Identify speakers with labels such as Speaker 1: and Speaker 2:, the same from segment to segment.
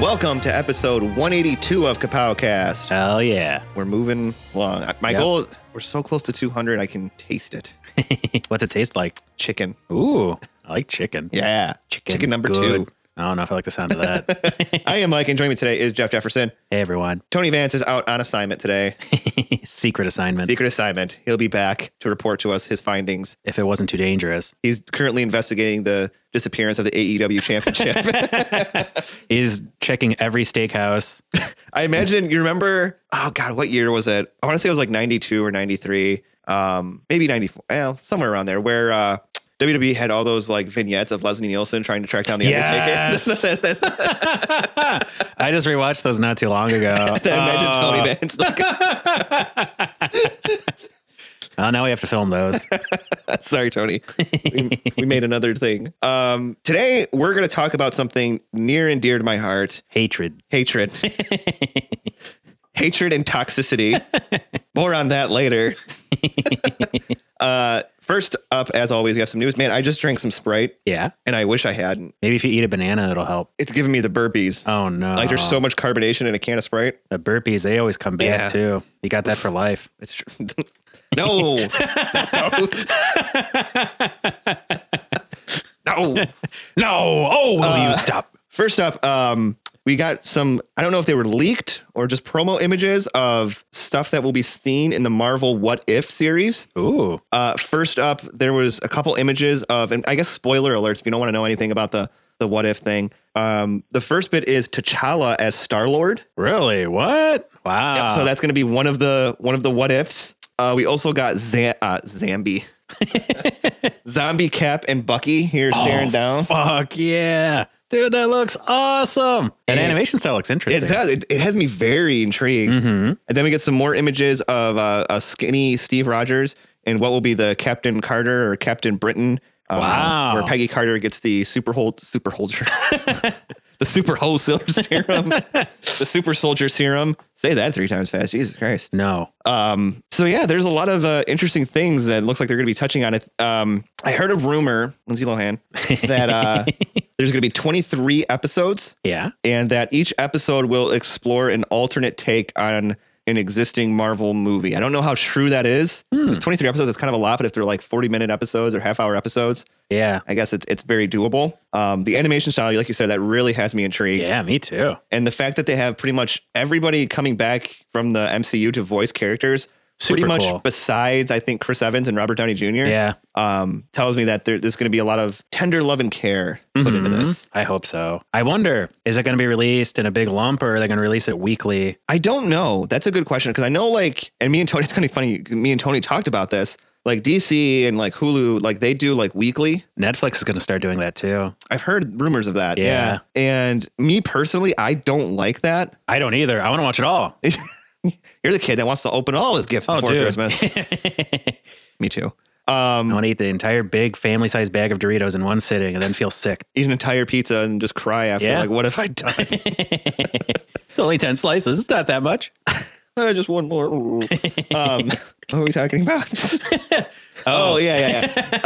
Speaker 1: Welcome to episode 182 of Kapowcast.
Speaker 2: Hell yeah.
Speaker 1: We're moving along. My
Speaker 2: Yep.
Speaker 1: goal, we're so close to 200, I can taste it.
Speaker 2: What's it taste like?
Speaker 1: Chicken.
Speaker 2: Ooh, I like chicken.
Speaker 1: Yeah. Chicken, number
Speaker 2: good. I don't know if I like the sound of that.
Speaker 1: two. I am Mike, and joining me today is Jeff Jefferson.
Speaker 2: hey, everyone.
Speaker 1: Tony Vance is out on assignment today,
Speaker 2: Secret assignment.
Speaker 1: secret assignment. He'll be back to report to us his findings.
Speaker 2: If it wasn't too dangerous,
Speaker 1: He's currently investigating the disappearance of the AEW championship.
Speaker 2: is checking every steakhouse.
Speaker 1: I imagine you remember, oh God, what year was it? I want to say it was like 92 or 93, um, maybe 94, well, somewhere around there, where uh, WWE had all those like vignettes of Leslie Nielsen trying to track down the
Speaker 2: Yes.
Speaker 1: Undertaker.
Speaker 2: I just rewatched those not too long ago.
Speaker 1: imagine
Speaker 2: Oh,
Speaker 1: Tony Vance. Like,
Speaker 2: oh, now we have to film those.
Speaker 1: sorry, Tony. We, we made another thing. Um, today, we're going to talk about something near and dear to my heart
Speaker 2: Hatred.
Speaker 1: hatred. hatred and toxicity. More on that later. uh, first up, as always, we have some news. Man, I just drank some Sprite
Speaker 2: Yeah.
Speaker 1: and I wish I hadn't.
Speaker 2: Maybe if you eat a banana, it'll help.
Speaker 1: It's giving me the burpees.
Speaker 2: Oh, no.
Speaker 1: Like there's so much carbonation in a can of Sprite.
Speaker 2: the burpees, they always come back
Speaker 1: Yeah.
Speaker 2: too. You got that for life.
Speaker 1: It's true. no. no. No.
Speaker 2: No. Oh, will you stop?
Speaker 1: First up, um, we got some, I don't know if they were leaked or just promo images of stuff that will be seen in the Marvel What If series.
Speaker 2: Ooh.
Speaker 1: Uh, first up, there was a couple images of, and I guess spoiler alerts if you don't want to know anything about the the what if thing. Um, the first bit is T'Challa as Star Lord,
Speaker 2: Really? What? Wow.
Speaker 1: so that's going to be one of the one of the what ifs. Uh, we also got Zan- uh, Zambi, Zombie Cap, and Bucky here staring down.
Speaker 2: Fuck yeah. Dude, that looks awesome. That animation style looks interesting. Mm-hmm.
Speaker 1: It does. It, it has me very intrigued. And then we get some more images of uh, a skinny Steve Rogers and what will be the Captain Carter or Captain Britain. um,
Speaker 2: Wow.
Speaker 1: Where Peggy Carter gets the super hold super holder, the super wholesaler serum, the super soldier serum. Say that three times fast. Jesus Christ.
Speaker 2: No.
Speaker 1: Oh. So yeah, there's a lot of uh, interesting things that looks like they're going to be touching on it. Um, I heard a rumor, Lindsay Lohan, that uh, there's going to be 23 episodes
Speaker 2: yeah.
Speaker 1: and that each episode will explore an alternate take on an existing Marvel movie. I don't know how true that is.
Speaker 2: Hmm.
Speaker 1: It's 23 episodes. It's kind of a lot, but if they're like 40 minute episodes or half hour episodes,
Speaker 2: Yeah.
Speaker 1: I guess it's, it's very doable. Um, the animation style, like you said, that really has me intrigued.
Speaker 2: Yeah, me too.
Speaker 1: And the fact that they have pretty much everybody coming back from the MCU to voice characters, pretty
Speaker 2: Super
Speaker 1: much
Speaker 2: cool.
Speaker 1: besides, I think, Chris Evans and Robert Downey Jr.,
Speaker 2: Yeah.
Speaker 1: um, tells me that there, there's going to be a lot of tender love and care put
Speaker 2: Mm-hmm.
Speaker 1: into this.
Speaker 2: I hope so. I wonder, is it going to be released in a big lump or are they going to release it weekly?
Speaker 1: I don't know. That's a good question because I know, like, and me and Tony, it's kind of funny. Me and Tony talked about this. Like DC and like Hulu, like they do like weekly.
Speaker 2: Netflix is going to start doing that too.
Speaker 1: I've heard rumors of that.
Speaker 2: Yeah.
Speaker 1: And me personally, I don't like that.
Speaker 2: I don't either. I want to watch it all.
Speaker 1: You're the kid that wants to open all his gifts
Speaker 2: Oh,
Speaker 1: before
Speaker 2: dude.
Speaker 1: Christmas. me too. Um,
Speaker 2: I want to eat the entire big family sized bag of Doritos in one sitting and then feel sick.
Speaker 1: Eat an entire pizza and just cry after.
Speaker 2: Yeah.
Speaker 1: Like, what have I done?
Speaker 2: It's only 10 slices. It's not that much.
Speaker 1: I just one more. Ooh. Um, what are we talking about? oh. yeah, yeah, yeah.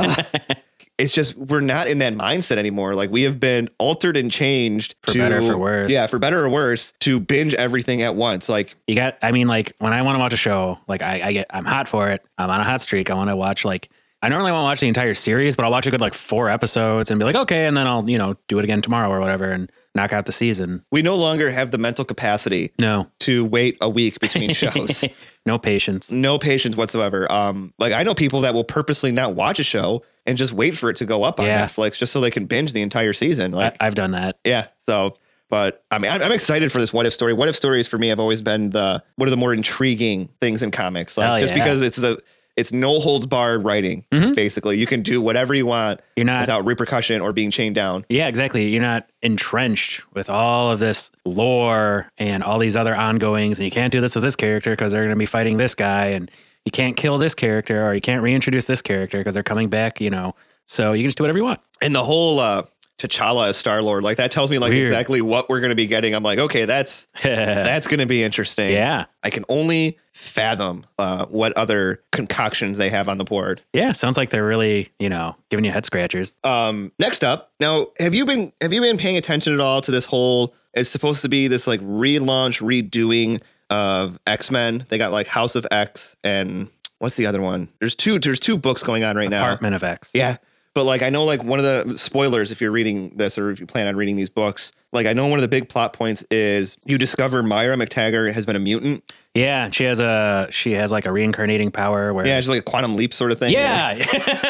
Speaker 1: Uh, it's just we're not in that mindset anymore. Like we have been altered and changed
Speaker 2: For
Speaker 1: to,
Speaker 2: better or for worse.
Speaker 1: Yeah, for better or worse, to binge everything at once. Like
Speaker 2: You got, I mean, like when I want to watch a show, like I, I get, I'm hot for it. I'm on a hot streak. I want to watch like, I normally won't watch the entire series, but I'll watch a good like four episodes and be like, okay, and then I'll, you know, do it again tomorrow or whatever and knock out the season.
Speaker 1: we no longer have the mental capacity
Speaker 2: No,
Speaker 1: to wait a week between shows.
Speaker 2: no patience.
Speaker 1: no patience whatsoever. Um, like I know people that will purposely not watch a show and just wait for it to go up on
Speaker 2: Yeah.
Speaker 1: Netflix just so they can binge the entire season. Like
Speaker 2: I, I've done that.
Speaker 1: yeah. So, but I mean, I'm, I'm excited for this what if story. What if stories for me have always been the one of the more intriguing things in comics. Like
Speaker 2: Hell
Speaker 1: just
Speaker 2: yeah. Mm-hmm.
Speaker 1: because it's the it's no holds barred writing. Basically, you can do whatever you want.
Speaker 2: You're not-
Speaker 1: without repercussion or being chained down.
Speaker 2: Yeah, exactly. You're not entrenched with all of this lore and all these other ongoings, and you can't do this with this character because they're going to be fighting this guy, and you can't kill this character or you can't reintroduce this character because they're coming back, you know. So you can just do whatever you want.
Speaker 1: And the whole uh, T'Challa as Star Lord, like that tells me like
Speaker 2: Weird.
Speaker 1: exactly what we're gonna be getting. I'm like, okay, that's that's gonna be interesting.
Speaker 2: Yeah.
Speaker 1: I can only fathom uh, what other concoctions they have on the board.
Speaker 2: Yeah, sounds like they're really, you know, giving you head scratchers.
Speaker 1: Um, next up, now have you been have you been paying attention at all to this whole It's supposed to be this like relaunch, redoing of X Men. They got like House of X and what's the other one? There's two. There's two books going on right now.
Speaker 2: Apartment of X.
Speaker 1: Yeah. But like I know like one of the spoilers if you're reading this or if you plan on reading these books, like I know one of the big plot points is you discover Myra McTaggart has been a mutant.
Speaker 2: Yeah, and she has a she has like a reincarnating power where
Speaker 1: Yeah, she's like a quantum leap sort of thing.
Speaker 2: Yeah,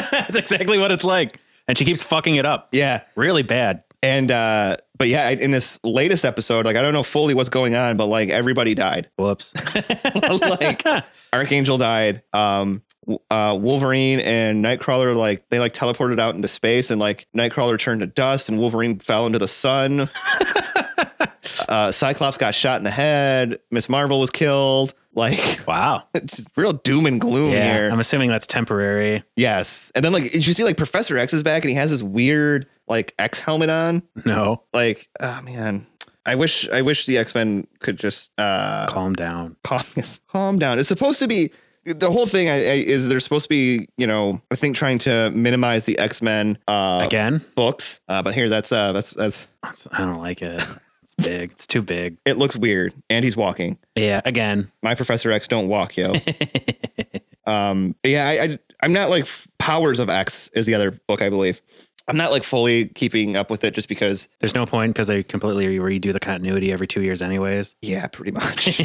Speaker 2: that's exactly what it's like. And she keeps fucking it up.
Speaker 1: Yeah.
Speaker 2: Really bad.
Speaker 1: And uh but yeah, I- in this latest episode, like I don't know fully what's going on, but like everybody died.
Speaker 2: Whoops.
Speaker 1: like Archangel died. Um w- uh Wolverine and Nightcrawler like they like teleported out into space and like Nightcrawler turned to dust and Wolverine fell into the sun. uh Cyclops got shot in the head. Miss Marvel was killed. Like
Speaker 2: Wow.
Speaker 1: just real doom and gloom
Speaker 2: Yeah.
Speaker 1: here.
Speaker 2: I'm assuming that's temporary.
Speaker 1: yes. And then like did you see like Professor X is back and he has this weird like X helmet on?
Speaker 2: No.
Speaker 1: like oh man i wish i wish the x-men could just uh
Speaker 2: Calm down.
Speaker 1: calm, calm down it's supposed to be the whole thing I, I, is they're supposed to be you know i think trying to minimize the x-men uh
Speaker 2: Again?
Speaker 1: books uh but here that's uh that's that's
Speaker 2: I don't like it. It's big. It's too big.
Speaker 1: it looks weird and he's walking
Speaker 2: Yeah, again.
Speaker 1: my professor x don't walk yo um yeah I, I i'm not like powers of x is the other book i believe i'm not like fully keeping up with it just because
Speaker 2: There's no point because they completely redo the continuity every two years, anyways.
Speaker 1: yeah pretty much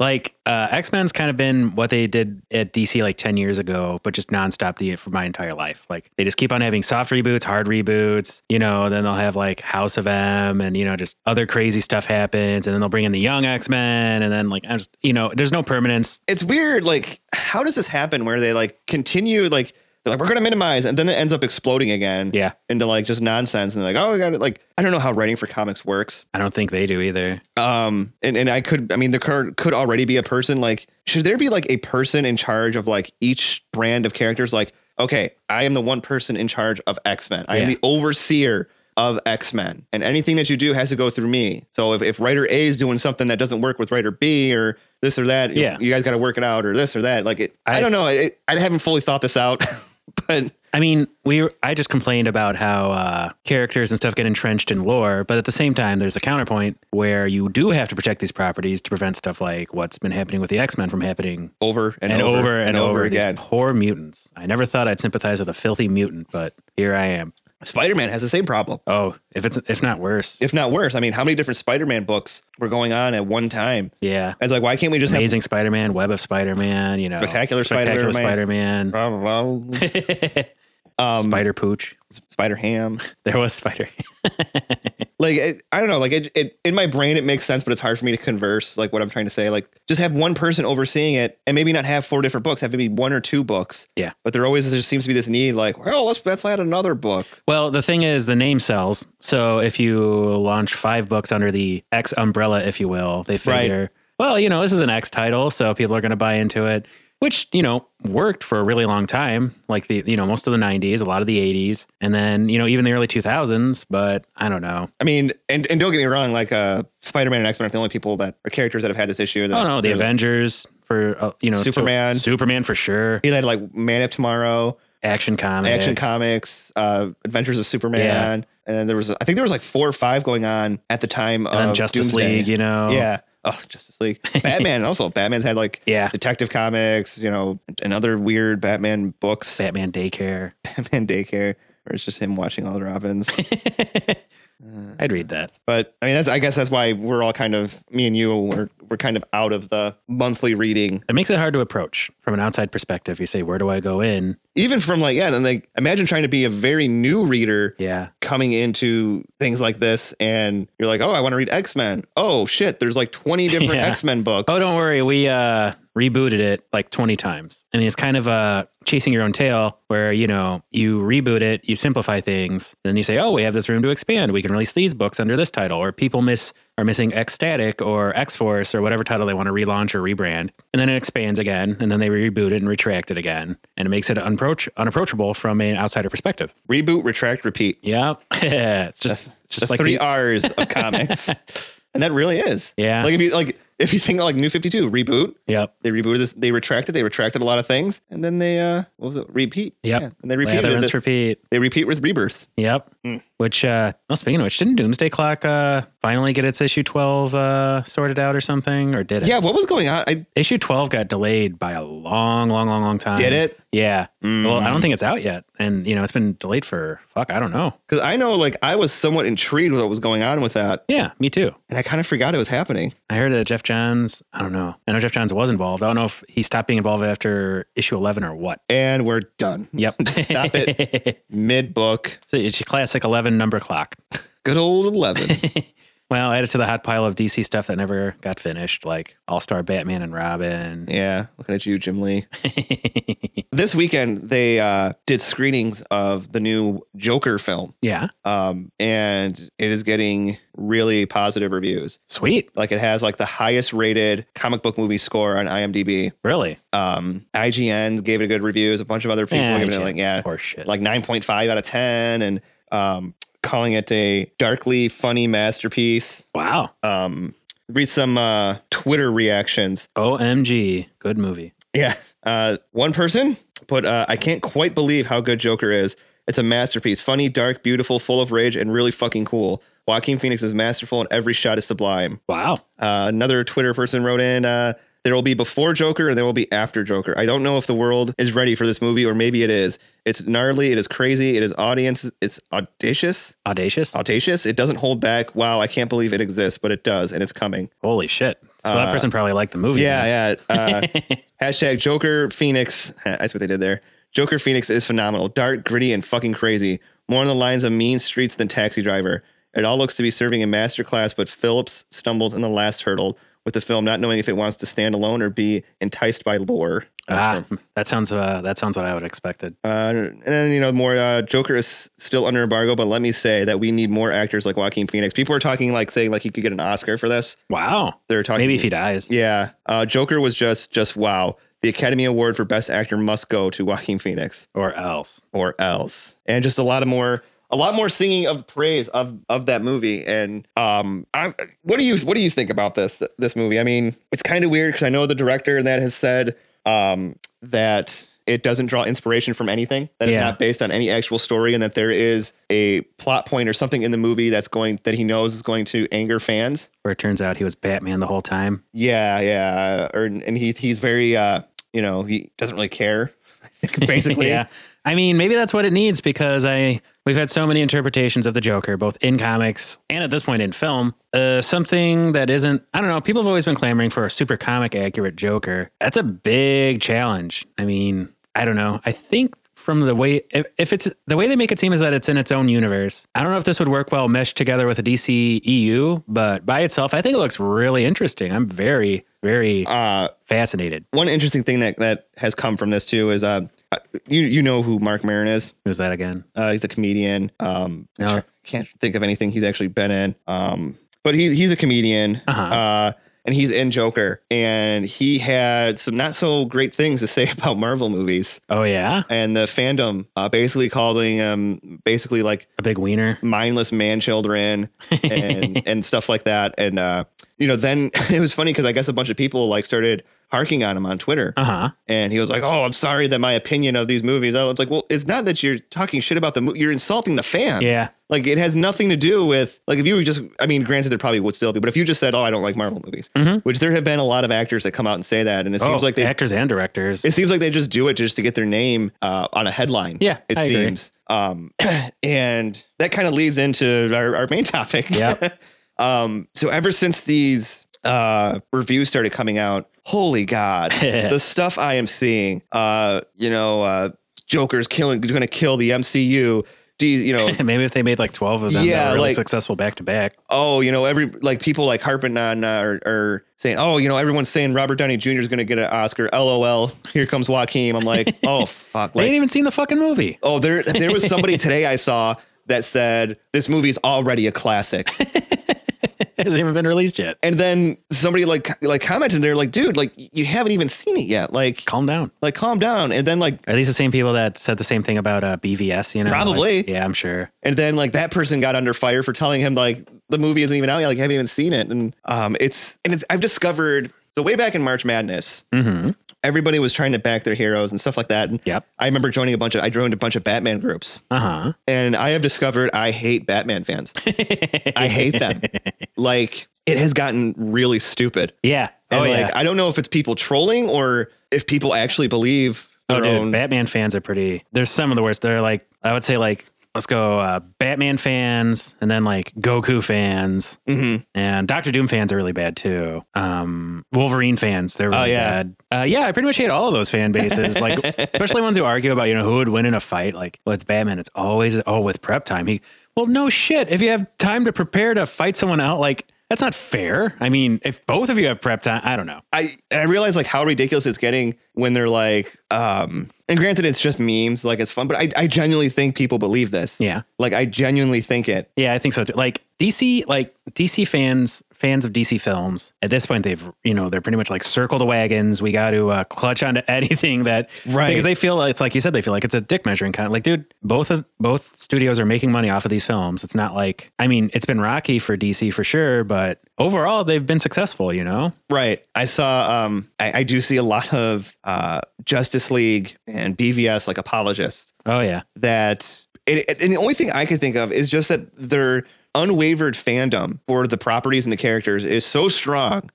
Speaker 2: Like uh, X Men's kind of been what they did at DC like ten years ago, but just nonstop the for my entire life. Like they just keep on having soft reboots, hard reboots. You know, then they'll have like House of M, and you know, just other crazy stuff happens, and then they'll bring in the young X Men, and then like I just you know, there's no permanence.
Speaker 1: it's weird. Like, how does this happen? Where they like continue like they're like we're gonna minimize, and then it ends up exploding again.
Speaker 2: Yeah.
Speaker 1: into like just nonsense, and like oh, we got it. Like, I don't know how writing for comics works.
Speaker 2: I don't think they do either.
Speaker 1: Um, and and I could, I mean, there could could already be a person. Like, should there be like a person in charge of like each brand of characters? Like, okay, I am the one person in charge of X Men. I am
Speaker 2: Yeah.
Speaker 1: the overseer. Of X Men and anything that you do has to go through me. So if, if writer A is doing something that doesn't work with writer B or this or that, you-
Speaker 2: Yeah.
Speaker 1: you guys got to work it out or this or that. Like it, I,
Speaker 2: I-
Speaker 1: don't know. It, I haven't fully thought this out, but
Speaker 2: I mean, we I just complained about how uh, characters and stuff get entrenched in lore, but at the same time, there's a counterpoint where you do have to protect these properties to prevent stuff like what's been happening with the X Men from happening
Speaker 1: over and,
Speaker 2: and, over, and, over,
Speaker 1: again.
Speaker 2: These poor mutants. I never thought I'd sympathize with a filthy mutant, but here I am.
Speaker 1: Spider Man has the same problem.
Speaker 2: Oh, if it's if not worse,
Speaker 1: If not worse, I mean, how many different Spider-Man books were going on at one time?
Speaker 2: yeah.
Speaker 1: It's like, why can't we just have
Speaker 2: Amazing Spider-Man, Web of Spider-Man, you know,
Speaker 1: Spectacular
Speaker 2: Spectacular
Speaker 1: Spider-Man.
Speaker 2: Spider-Man, Um,
Speaker 1: blah, blah, blah,
Speaker 2: Spider Pooch.
Speaker 1: Spider Ham?
Speaker 2: There was Spider.
Speaker 1: Like, it, I don't know. Like, it, it in my brain, it makes sense, but it's hard for me to converse. Like, what I'm trying to say, like, just have one person overseeing it, and maybe not have four different books. Have maybe one or two books.
Speaker 2: yeah.
Speaker 1: But there always there just seems to be this need, like, well, let's let's add another book.
Speaker 2: Well, the thing is, the name sells. So if you launch five books under the X umbrella, if you will, they
Speaker 1: Right.
Speaker 2: figure, well, you know, this is an X title, so people are going to buy into it, which you know worked for a really long time, like the you know most of the '90s, a lot of the '80s, and then you know even the early 2000s. But I don't know.
Speaker 1: I mean, and, and don't get me wrong, like, uh, Spider-Man and X-Men are the only people that are characters that have had this issue.
Speaker 2: Oh no, the
Speaker 1: There's-
Speaker 2: Avengers for uh, you know to-
Speaker 1: Superman.
Speaker 2: Superman for sure,
Speaker 1: He had like Man of Tomorrow.
Speaker 2: Action Comics,
Speaker 1: Action Comics, uh, Adventures of Superman,
Speaker 2: Yeah.
Speaker 1: and then there was I think there was like four or five going on at the time
Speaker 2: and
Speaker 1: of
Speaker 2: then Justice
Speaker 1: uh, Doomsday.
Speaker 2: League. You know,
Speaker 1: Yeah. Oh, Justice League. Batman also. Batman's had like
Speaker 2: Yeah.
Speaker 1: Detective Comics, you know, and other weird Batman books,
Speaker 2: Batman Daycare.
Speaker 1: Batman Daycare, where it's just him watching all the Robins.
Speaker 2: I'd read that.
Speaker 1: but I mean, that's I guess that's why we're all kind of me and you we're we're kind of out of the monthly reading,
Speaker 2: It makes it hard to approach from an outside perspective. You say, where do I go in?
Speaker 1: even from like yeah, and then like imagine trying to be a very new reader
Speaker 2: Yeah.
Speaker 1: coming into things like this and you're like, oh, I want to read X Men. Oh shit, there's like 20 different
Speaker 2: Yeah.
Speaker 1: X Men books.
Speaker 2: Oh, don't worry. We uh, rebooted it like 20 times. I mean, it's kind of uh, chasing your own tail where, you know, you reboot it, you simplify things. Then you say, oh, we have this room to expand. We can release these books under this title. Or people miss are missing X Static or X Force or whatever title they want to relaunch or rebrand. And then it expands again. And then they reboot it and retract it again. And it makes it unapproach- unapproachable from an outsider perspective.
Speaker 1: Reboot, retract, repeat.
Speaker 2: Yeah. it's just, it's just
Speaker 1: The
Speaker 2: like
Speaker 1: three
Speaker 2: the-
Speaker 1: R's of comics. And that really is.
Speaker 2: Yeah.
Speaker 1: Like if you like If you think like New 52 reboot,
Speaker 2: Yep.
Speaker 1: they rebooted this, they retracted, they retracted a lot of things, and then they uh what was it? Repeat.
Speaker 2: Yep.
Speaker 1: and they repeated
Speaker 2: Lather,
Speaker 1: it. Mm.
Speaker 2: rinse, repeat.
Speaker 1: They repeat with rebirth.
Speaker 2: Yep. Which, uh, well, speaking of which, didn't Doomsday Clock uh, finally get its issue 12 uh, sorted out or something? Or did it?
Speaker 1: Yeah, what was going on? I
Speaker 2: Issue 12 got delayed by a long, long, long, long time.
Speaker 1: Did it? Mm-hmm.
Speaker 2: Yeah. Well, I don't think it's out yet. And, you know, it's been delayed for, fuck, I don't know.
Speaker 1: because I know like I was somewhat intrigued with what was going on with that,
Speaker 2: Yeah, me too.
Speaker 1: and I kind of forgot it was happening.
Speaker 2: I heard that Jeff Johns, I don't know. I know Jeff Johns was involved. I don't know if he stopped being involved after issue 11 or what.
Speaker 1: And we're done.
Speaker 2: Yep.
Speaker 1: Stop it mid book.
Speaker 2: So it's your classic 11 number clock.
Speaker 1: Good old eleven.
Speaker 2: Well, added to the hot pile of DC stuff that never got finished, like All Star Batman and Robin.
Speaker 1: Yeah, looking at you, Jim Lee. this weekend they uh, did screenings of the new Joker film,
Speaker 2: Yeah.
Speaker 1: um, and it is getting really positive reviews.
Speaker 2: Sweet.
Speaker 1: Like it has like the highest rated comic book movie score on IMDb.
Speaker 2: Really?
Speaker 1: Um, IGN gave it a good reviews. A bunch of other people
Speaker 2: Eh,
Speaker 1: giving it
Speaker 2: yeah,
Speaker 1: like yeah,
Speaker 2: Or shit.
Speaker 1: like nine point five out of ten, and um, calling it a darkly funny masterpiece.
Speaker 2: wow.
Speaker 1: Um, read some uh, Twitter reactions.
Speaker 2: OMG. Good movie.
Speaker 1: Yeah. Uh, one person put, uh, I can't quite believe how good Joker is. It's a masterpiece. Funny, dark, beautiful, full of rage, and really fucking cool. Joaquin Phoenix is masterful, and every shot is sublime.
Speaker 2: Wow.
Speaker 1: Uh, another Twitter person wrote in, uh, there will be before Joker and there will be after Joker. I don't know if the world is ready for this movie, or maybe it is. It's gnarly, it is crazy, it is audience, it's audacious,
Speaker 2: Audacious.
Speaker 1: audacious. It doesn't hold back. Wow, I can't believe it exists, but it does, and it's coming.
Speaker 2: Holy shit. So that person probably liked the movie.
Speaker 1: Uh, Yeah,
Speaker 2: then.
Speaker 1: yeah. Uh, hashtag Joker Phoenix. That's what they did there. Joker Phoenix is phenomenal. Dark, gritty, and fucking crazy. More on the lines of mean streets than Taxi Driver. It all looks to be serving a masterclass, but Phillips stumbles in the last hurdle with the film not knowing if it wants to stand alone or be enticed by lore.
Speaker 2: Ah, that sounds uh, that sounds what I would have expected.
Speaker 1: Uh, and then, you know, more uh, Joker is still under embargo, but let me say that we need more actors like Joaquin Phoenix. People are talking like saying like he could get an Oscar for this.
Speaker 2: Wow.
Speaker 1: They're talking
Speaker 2: Maybe if he dies.
Speaker 1: Yeah, uh, Joker was just just wow. The Academy Award for Best Actor must go to Joaquin Phoenix
Speaker 2: Or else.
Speaker 1: or else, and just a lot of more a lot more singing of praise of of that movie. And um, I, what do you what do you think about this this movie? I mean, it's kind of weird because I know the director and that has said um, that it doesn't draw inspiration from anything that it's
Speaker 2: Yeah.
Speaker 1: not based on any actual story and that there is a plot point or something in the movie that's going that he knows is going to anger fans
Speaker 2: Where it turns out he was Batman the whole time.
Speaker 1: yeah, yeah. Or and he he's very uh, you know, he doesn't really care. Basically.
Speaker 2: yeah. I mean, maybe that's what it needs because I we've had so many interpretations of the Joker, both in comics and at this point in film. Uh, something that isn't I don't know, people have always been clamoring for a super comic accurate Joker. That's a big challenge. I mean, I don't know. I think from the way if, if it's the way they make it seem is that it's in its own universe. I don't know if this would work well meshed together with a DC EU, but by itself, I think it looks really interesting. I'm very, very fascinated.
Speaker 1: One interesting thing that that has come from this too is uh you you know who Mark Maron is.
Speaker 2: Who's that again?
Speaker 1: Uh, he's a comedian. Um I
Speaker 2: No.
Speaker 1: tr- can't think of anything he's actually been in. Um but he he's a comedian.
Speaker 2: Uh-huh.
Speaker 1: uh and he's in Joker, and he had some not so great things to say about Marvel movies
Speaker 2: Oh yeah,
Speaker 1: and the fandom, uh, basically calling him basically like
Speaker 2: a big wiener.
Speaker 1: mindless man children and and stuff like that and uh you know then it was funny because i guess a bunch of people like started harking on him on twitter
Speaker 2: Uh huh.
Speaker 1: and he was like oh i'm sorry that my opinion of these movies i was like well it's not that you're talking shit about the mo- you're insulting the fans
Speaker 2: Yeah.
Speaker 1: like it has nothing to do with like if you were just i mean granted there probably would still be but if you just said oh i don't like marvel movies which there have been a lot of actors that come out and say that and it seems
Speaker 2: Mm-hmm. Oh,
Speaker 1: like they
Speaker 2: actors and directors.
Speaker 1: it seems like they just do it just to get their name uh, on a headline.
Speaker 2: Yeah,
Speaker 1: it
Speaker 2: I agree.
Speaker 1: seems. Um, and that kind of leads into our, our main topic.
Speaker 2: Yep.
Speaker 1: um, so ever since these uh, reviews started coming out, holy god, the stuff I am seeing. Uh, you know, uh, Joker's killing, going to kill the MCU. D, you know,
Speaker 2: Maybe if they made like twelve of them,
Speaker 1: Yeah,
Speaker 2: that were really
Speaker 1: like-
Speaker 2: successful back to back.
Speaker 1: oh, you know, every like people like harping on uh, or, or saying, oh, you know, everyone's saying Robert Downey Jr. is going to get an Oscar. LOL. Here comes Joaquin. I'm like, oh fuck.
Speaker 2: They
Speaker 1: Like,
Speaker 2: ain't even seen the fucking movie.
Speaker 1: Oh, there there was somebody today I saw that said this movie's already a classic.
Speaker 2: hasn't even been released yet.
Speaker 1: And then somebody like like commented, they're like, "Dude, like you haven't even seen it yet. Like,
Speaker 2: Calm down.
Speaker 1: like calm down." And then like
Speaker 2: Are these the same people that said the same thing about uh, BVS? You know, Like,
Speaker 1: Probably.
Speaker 2: yeah, I'm sure.
Speaker 1: And then like that person got under fire for telling him like the movie isn't even out yet, like I haven't even seen it. And um it's and it's I've discovered so way back in March Madness,
Speaker 2: Mm-hmm.
Speaker 1: everybody was trying to back their heroes and stuff like that. And
Speaker 2: Yep.
Speaker 1: I remember joining a bunch of I joined a bunch of Batman groups.
Speaker 2: Uh huh.
Speaker 1: And I have discovered I hate Batman fans. I hate them. Like it has gotten really stupid.
Speaker 2: Yeah.
Speaker 1: And
Speaker 2: oh
Speaker 1: like
Speaker 2: yeah.
Speaker 1: I don't know if it's people trolling or if people actually believe their
Speaker 2: Oh,
Speaker 1: own
Speaker 2: dude, Batman fans are pretty. They're some of the worst. They're like, I would say, like, let's go uh, Batman fans, and then like Goku fans,
Speaker 1: Mhm.
Speaker 2: and Doctor Doom fans are really bad too. Um, Wolverine fans, they're really
Speaker 1: Oh, yeah.
Speaker 2: bad. Uh, yeah, I pretty much hate all of those fan bases. like, especially ones who argue about you know who would win in a fight. Like with Batman, it's always oh with prep time. He well, no shit. If you have time to prepare to fight someone out, like. That's not fair. I mean, if both of you have prep time, I don't know.
Speaker 1: I and I realize like how ridiculous it's getting when they're like, um, and granted it's just memes, like it's fun, but I, I genuinely think people believe this.
Speaker 2: Yeah.
Speaker 1: Like I genuinely think it.
Speaker 2: Yeah, I think so too. Like DC, like DC fans, fans of DC films. At this point, they've you know they're pretty much like circle the wagons. We got to uh, clutch onto anything that
Speaker 1: Right.
Speaker 2: because they feel like it's like you said they feel like it's a dick measuring kind. Like, dude, both of both studios are making money off of these films. It's not like I mean, it's been rocky for DC for sure, but overall they've been successful. You know,
Speaker 1: Right. I saw um I, I do see a lot of uh Justice League and BVS like apologists
Speaker 2: oh yeah,
Speaker 1: that and, and the only thing I could think of is just that their unwavered fandom for the properties and the characters is so strong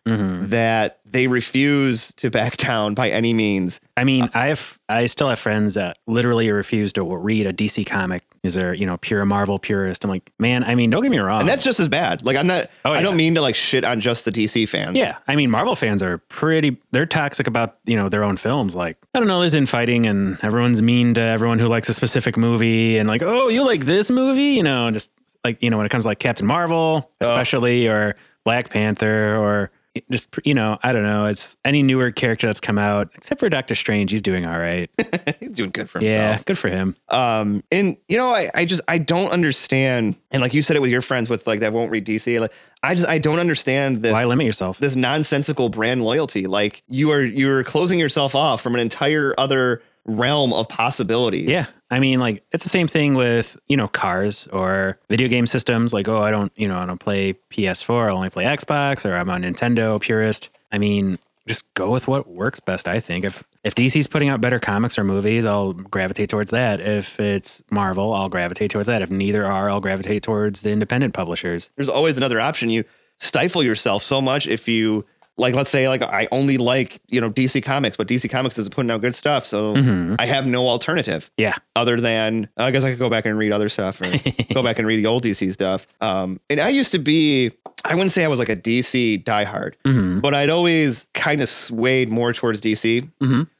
Speaker 1: that they refuse to back down by any means.
Speaker 2: I mean, I have I still have friends that literally refuse to read a DC comic. Is there you know pure Marvel purist? I'm like, man. I mean, don't get me wrong.
Speaker 1: And that's just as bad. Like I'm not.
Speaker 2: Oh,
Speaker 1: I don't
Speaker 2: yeah.
Speaker 1: mean to like shit on just the DC fans.
Speaker 2: Yeah, I mean, Marvel fans are pretty. They're toxic about you know their own films. Like I don't know, there's infighting and everyone's mean to everyone who likes a specific movie and like, oh, you like this movie, you know, and just like you know when it comes to like Captain Marvel, especially or Black Panther or just you know I don't know. It's any newer character that's come out except for Doctor Strange. He's doing all right.
Speaker 1: he's doing good for
Speaker 2: Yeah,
Speaker 1: himself.
Speaker 2: good for him.
Speaker 1: Um, and you know, I, I just I don't understand. And like you said it with your friends with like that won't read DC. Like I just I don't understand this.
Speaker 2: Why limit yourself?
Speaker 1: this nonsensical brand loyalty? Like you are you're closing yourself off from an entire other realm of possibilities.
Speaker 2: Yeah. I mean, like, it's the same thing with, you know, cars or video game systems. Like, oh, I don't, you know, I don't play PS4, I only play Xbox, or I'm a Nintendo purist. I mean, just go with what works best, I think. If if DC's putting out better comics or movies, I'll gravitate towards that. If it's Marvel, I'll gravitate towards that. If neither are, I'll gravitate towards the independent publishers.
Speaker 1: There's always another option. You stifle yourself so much if you like. Let's say like I only like you know DC Comics, but DC Comics isn't putting out good stuff, so
Speaker 2: Mm-hmm.
Speaker 1: I have no alternative.
Speaker 2: Yeah.
Speaker 1: other than I guess I could go back and read other stuff or go back and read the old DC stuff. Um, and I used to be, I wouldn't say I was like a DC diehard, but I'd always kind of swayed more towards DC.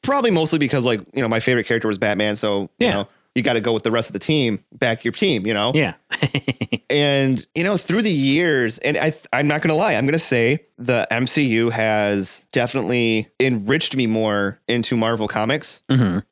Speaker 1: Probably mostly because like, you know, my favorite character was Batman. So,
Speaker 2: Yeah.
Speaker 1: you know, you got to go with the rest of the team, back your team, you know?
Speaker 2: Yeah.
Speaker 1: And, you know, through the years, and I, I'm not going to lie, I'm going to say the MCU has definitely enriched me more into Marvel comics.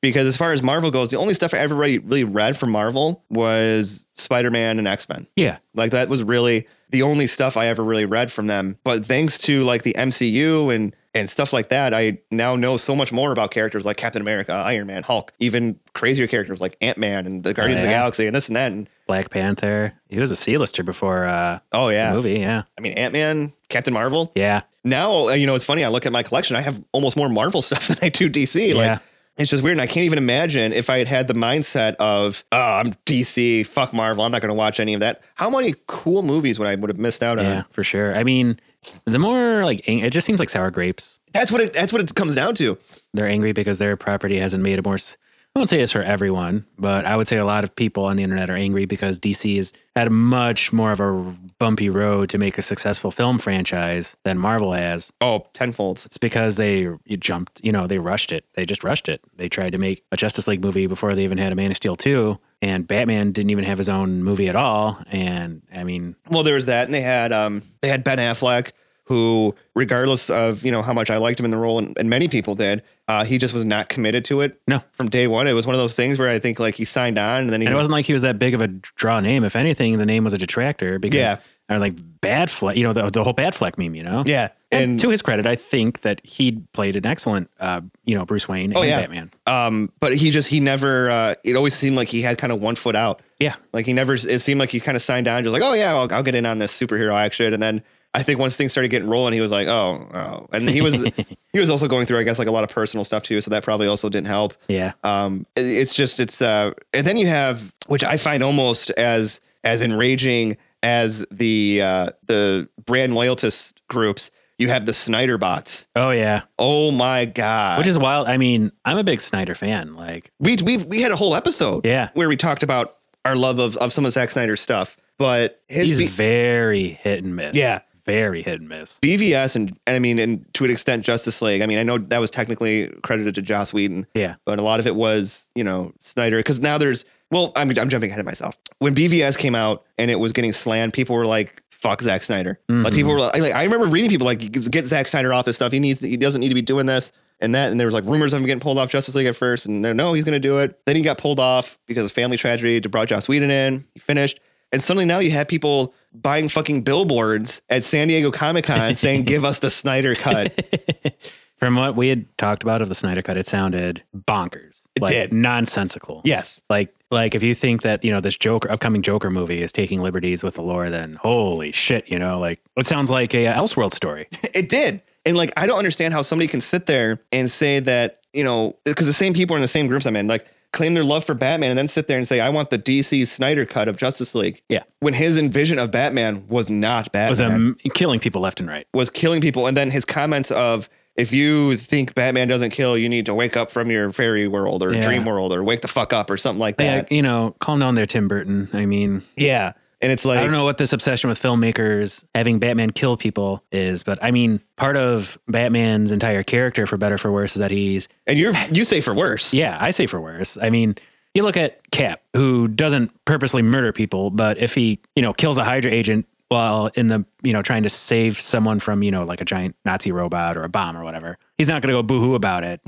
Speaker 1: Because as far as Marvel goes, the only stuff I ever really, really read from Marvel was Spider Man and X Men.
Speaker 2: Yeah.
Speaker 1: Like that was really the only stuff I ever really read from them. But thanks to like the MCU and and stuff like that, I now know so much more about characters like Captain America, Iron Man, Hulk, even crazier characters like Ant Man and the Guardians of the
Speaker 2: yeah.
Speaker 1: Galaxy and this and that. And
Speaker 2: Black Panther. He was a C-lister before uh,
Speaker 1: oh
Speaker 2: the
Speaker 1: yeah,
Speaker 2: movie. Yeah.
Speaker 1: I mean Ant Man, Captain Marvel.
Speaker 2: Yeah.
Speaker 1: Now uh, you know it's funny. I look at my collection. I have almost more Marvel stuff than I do DC. Like
Speaker 2: Yeah.
Speaker 1: it's just weird, and I can't even imagine if I had had the mindset of oh, I'm DC, fuck Marvel. I'm not going to watch any of that. How many cool movies would I would have missed out on?
Speaker 2: Yeah, for sure. I mean, the more like ang- it just seems like sour grapes.
Speaker 1: That's what it, that's what it comes down to.
Speaker 2: They're angry because their property hasn't made a more. s- I won't say it's for everyone, but I would say a lot of people on the internet are angry because DC is had much more of a bumpy road to make a successful film franchise than Marvel has.
Speaker 1: Oh, tenfold.
Speaker 2: It's because they you jumped, you know, they rushed it. They just rushed it. They tried to make a Justice League movie before they even had a Man of Steel 2, and Batman didn't even have his own movie at all. And I mean,
Speaker 1: Well, there was that, and they had um they had Ben Affleck, who regardless of you know how much I liked him in the role, and, and many people did, uh, he just was not committed to it.
Speaker 2: No.
Speaker 1: from day one, it was one of those things where I think like he signed on, and then he
Speaker 2: And it wasn't like he was that big of a draw name. If anything, the name was a detractor because
Speaker 1: Yeah.
Speaker 2: or like Bad Fleck, you know, the, the whole Bad Fleck meme, you know?
Speaker 1: Yeah.
Speaker 2: And,
Speaker 1: And
Speaker 2: to his credit, I think that he played an excellent, uh, you know, Bruce Wayne
Speaker 1: Oh,
Speaker 2: and
Speaker 1: yeah.
Speaker 2: Batman.
Speaker 1: um, but he just he never uh, it always seemed like he had kind of one foot out.
Speaker 2: Yeah.
Speaker 1: Like he never it seemed like he kind of signed on just like, "Oh yeah, I'll, I'll get in on this superhero action." And then I think once things started getting rolling, he was like, "Oh, oh." And he was he was also going through I guess like a lot of personal stuff too, so that probably also didn't help.
Speaker 2: Yeah.
Speaker 1: um it- it's just it's uh and then you have which i find almost as as enraging as the uh the brand loyalist groups you have the snyder bots
Speaker 2: Oh, yeah.
Speaker 1: oh my god
Speaker 2: Which is wild. I mean, I'm a big Snyder fan. Like,
Speaker 1: we we we had a whole episode
Speaker 2: Yeah.
Speaker 1: where we talked about our love of of some of Zack Snyder's stuff but his
Speaker 2: he's
Speaker 1: B-
Speaker 2: very hit and miss.
Speaker 1: Yeah.
Speaker 2: Very hit and miss.
Speaker 1: BVS and, and I mean and to an extent Justice League I mean I know that was technically credited to Joss Whedon
Speaker 2: Yeah.
Speaker 1: but a lot of it was you know Snyder because now there's well I'm I'm jumping ahead of myself when BVS came out and it was getting slammed people were like fuck Zack Snyder like people were like, like I remember reading people like get Zack Snyder off this stuff he needs he doesn't need to be doing this and that and there was like rumors of him getting pulled off Justice League at first and no no he's gonna do it then he got pulled off because of family tragedy to brought Joss Whedon in he finished and suddenly now you have people buying fucking billboards at San Diego Comic Con saying give us the Snyder cut
Speaker 2: From what we had talked about of the Snyder Cut, it sounded bonkers. It like,
Speaker 1: did.
Speaker 2: Nonsensical.
Speaker 1: yes
Speaker 2: Like, like if you think that you know this Joker upcoming Joker movie is taking liberties with the lore, then holy shit, you know, like it sounds like a uh, Elseworld story.
Speaker 1: It did. And like, I don't understand how somebody can sit there and say that, you know, because the same people are in the same groups I'm in, like, claim their love for Batman and then sit there and say, I want the DC Snyder cut of Justice League.
Speaker 2: Yeah.
Speaker 1: When his envision of Batman was not Batman,
Speaker 2: was
Speaker 1: was,
Speaker 2: um, killing people left and right.
Speaker 1: killing people. And then his comments of, if you think Batman doesn't kill, you need to wake up from your fairy world or
Speaker 2: Yeah.
Speaker 1: dream world or wake the fuck up or something like
Speaker 2: Yeah,
Speaker 1: that.
Speaker 2: uh, you know, calm down there, Tim Burton. I mean,
Speaker 1: Yeah. And it's like,
Speaker 2: I don't know what this obsession with filmmakers having Batman kill people is, but I mean, part of Batman's entire character, for better or for worse, is that he's
Speaker 1: and you're, you say for worse.
Speaker 2: Yeah, I say for worse. I mean, you look at Cap, who doesn't purposely murder people, but if he, you know, kills a Hydra agent while in the, you know, trying to save someone from, you know, like a giant Nazi robot or a bomb or whatever, he's not going to go boohoo about it.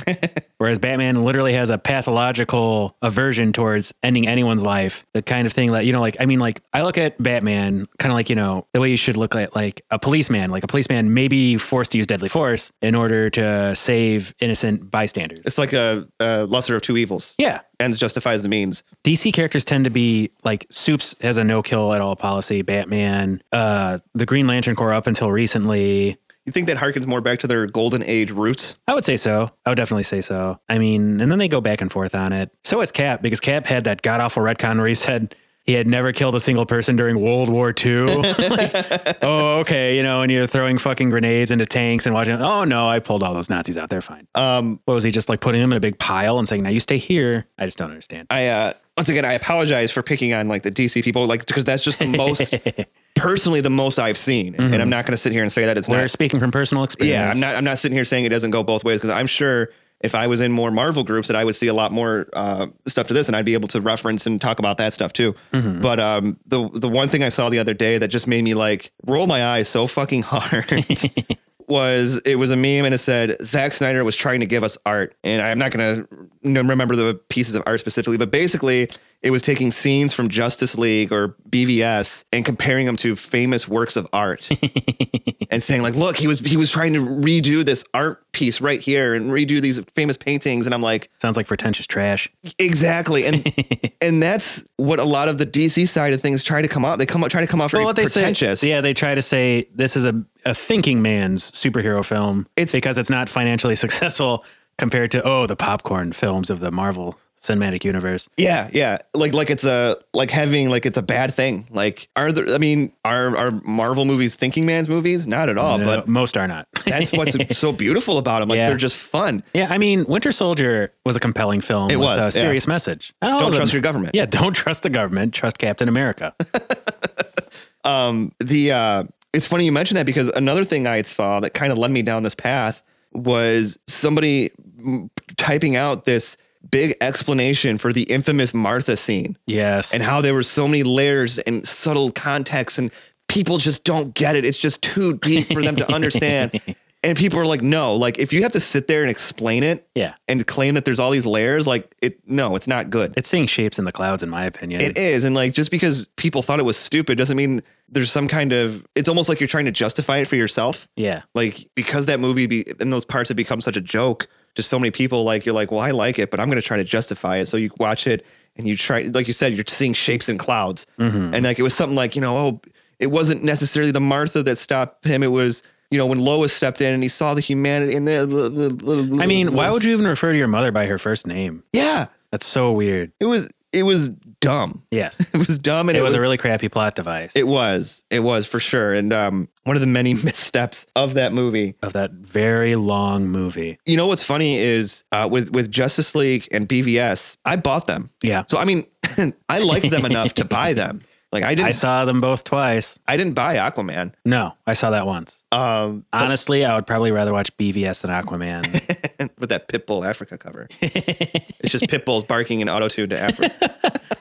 Speaker 2: Whereas Batman literally has a pathological aversion towards ending anyone's life, the kind of thing that, you know, like, I mean, like, I look at Batman kind of like, you know, the way you should look at, like, a policeman. Like, a policeman may be forced to use deadly force in order to save innocent bystanders.
Speaker 1: It's like a, a lesser of two evils.
Speaker 2: Yeah,
Speaker 1: Ends justifies the means.
Speaker 2: DC characters tend to be like Supes has a no kill at all policy, Batman, uh, the Green Lantern Corps up until recently.
Speaker 1: You think that harkens more back to their golden age roots?
Speaker 2: I would say so. I would definitely say so. I mean, and then they go back and forth on it. So has Cap, because Cap had that god awful retcon where he said he had never killed a single person during World War II. Like, oh, okay, you know, and you're throwing fucking grenades into tanks and watching, oh no, I pulled all those Nazis out. They're fine.
Speaker 1: Um,
Speaker 2: What was he just like putting them in a big pile and saying, now you stay here? I just don't understand.
Speaker 1: I uh, once again, I apologize for picking on like the DC people, like because that's just the most personally the most I've seen, and I'm not going to sit here and say that it's
Speaker 2: We're
Speaker 1: not.
Speaker 2: speaking from personal experience.
Speaker 1: Yeah, I'm not. I'm not sitting here saying it doesn't go both ways because I'm sure if I was in more Marvel groups, that I would see a lot more uh, stuff to this, and I'd be able to reference and talk about that stuff too. But um, the the one thing I saw the other day that just made me like roll my eyes so fucking hard. was it was a meme and it said Zack Snyder was trying to give us art, and I'm not gonna n- remember the pieces of art specifically, but basically it was taking scenes from Justice League or BVS and comparing them to famous works of art, and saying like, look, he was he was trying to redo this art piece right here and redo these famous paintings, and I'm like,
Speaker 2: Sounds like pretentious trash.
Speaker 1: exactly, and and that's what a lot of the DC side of things try to come out. They come out try to come out very pretentious.
Speaker 2: say, yeah, they try to say this is a, a thinking man's superhero film.
Speaker 1: It's-
Speaker 2: because it's not financially successful compared to oh the popcorn films of the Marvel Cinematic Universe.
Speaker 1: Yeah, yeah. Like like it's a like having like it's a bad thing. Like are there I mean, are are Marvel movies thinking man's movies? Not at all,
Speaker 2: No,
Speaker 1: Uh, but
Speaker 2: most are not.
Speaker 1: that's what's so beautiful about them. Like
Speaker 2: Yeah.
Speaker 1: they're just fun.
Speaker 2: yeah, I mean, Winter Soldier was a compelling film. It
Speaker 1: was,
Speaker 2: with
Speaker 1: yeah.
Speaker 2: a serious message. And all
Speaker 1: Don't
Speaker 2: of them-
Speaker 1: trust your government.
Speaker 2: Yeah, don't trust the government. Trust Captain America.
Speaker 1: The uh it's funny you mentioned that because another thing I saw that kind of led me down this path was somebody mm, typing out this big explanation for the infamous Martha scene.
Speaker 2: yes,
Speaker 1: and how there were so many layers and subtle contexts and people just don't get it. It's just too deep for them to understand. And people are like, no, like if you have to sit there and explain it
Speaker 2: Yeah.
Speaker 1: and claim that there's all these layers, like it, no, it's not good.
Speaker 2: It's seeing shapes in the clouds, in my opinion.
Speaker 1: It is. And like just because people thought it was stupid doesn't mean there's some kind of it's almost like you're trying to justify it for yourself.
Speaker 2: yeah.
Speaker 1: Like because that movie be in those parts have become such a joke to so many people, like you're like, Well, I like it, but I'm gonna try to justify it. So you watch it and you try like you said, you're seeing shapes in clouds.
Speaker 2: Mm-hmm.
Speaker 1: And like it was something like, you know, oh it wasn't necessarily the Martha that stopped him. It was you know, when Lois stepped in and he saw the humanity and the
Speaker 2: I mean, why would you even refer to your mother by her first name?
Speaker 1: Yeah.
Speaker 2: That's so weird.
Speaker 1: It was it was dumb.
Speaker 2: Yes.
Speaker 1: It was dumb and
Speaker 2: It was a really crappy plot device
Speaker 1: It was. It was for sure. And um, one of the many missteps of that movie.
Speaker 2: of that very long movie.
Speaker 1: You know what's funny is uh, with with Justice League and BVS, I bought them.
Speaker 2: Yeah.
Speaker 1: So I mean, I liked them enough to buy them. Like I
Speaker 2: I
Speaker 1: didn't.
Speaker 2: saw them both twice.
Speaker 1: I didn't buy Aquaman.
Speaker 2: No, I saw that once.
Speaker 1: Um,
Speaker 2: Honestly, I would probably rather watch BVS than Aquaman.
Speaker 1: with that Pitbull Africa cover, it's just Pitbulls barking in auto tune to Africa.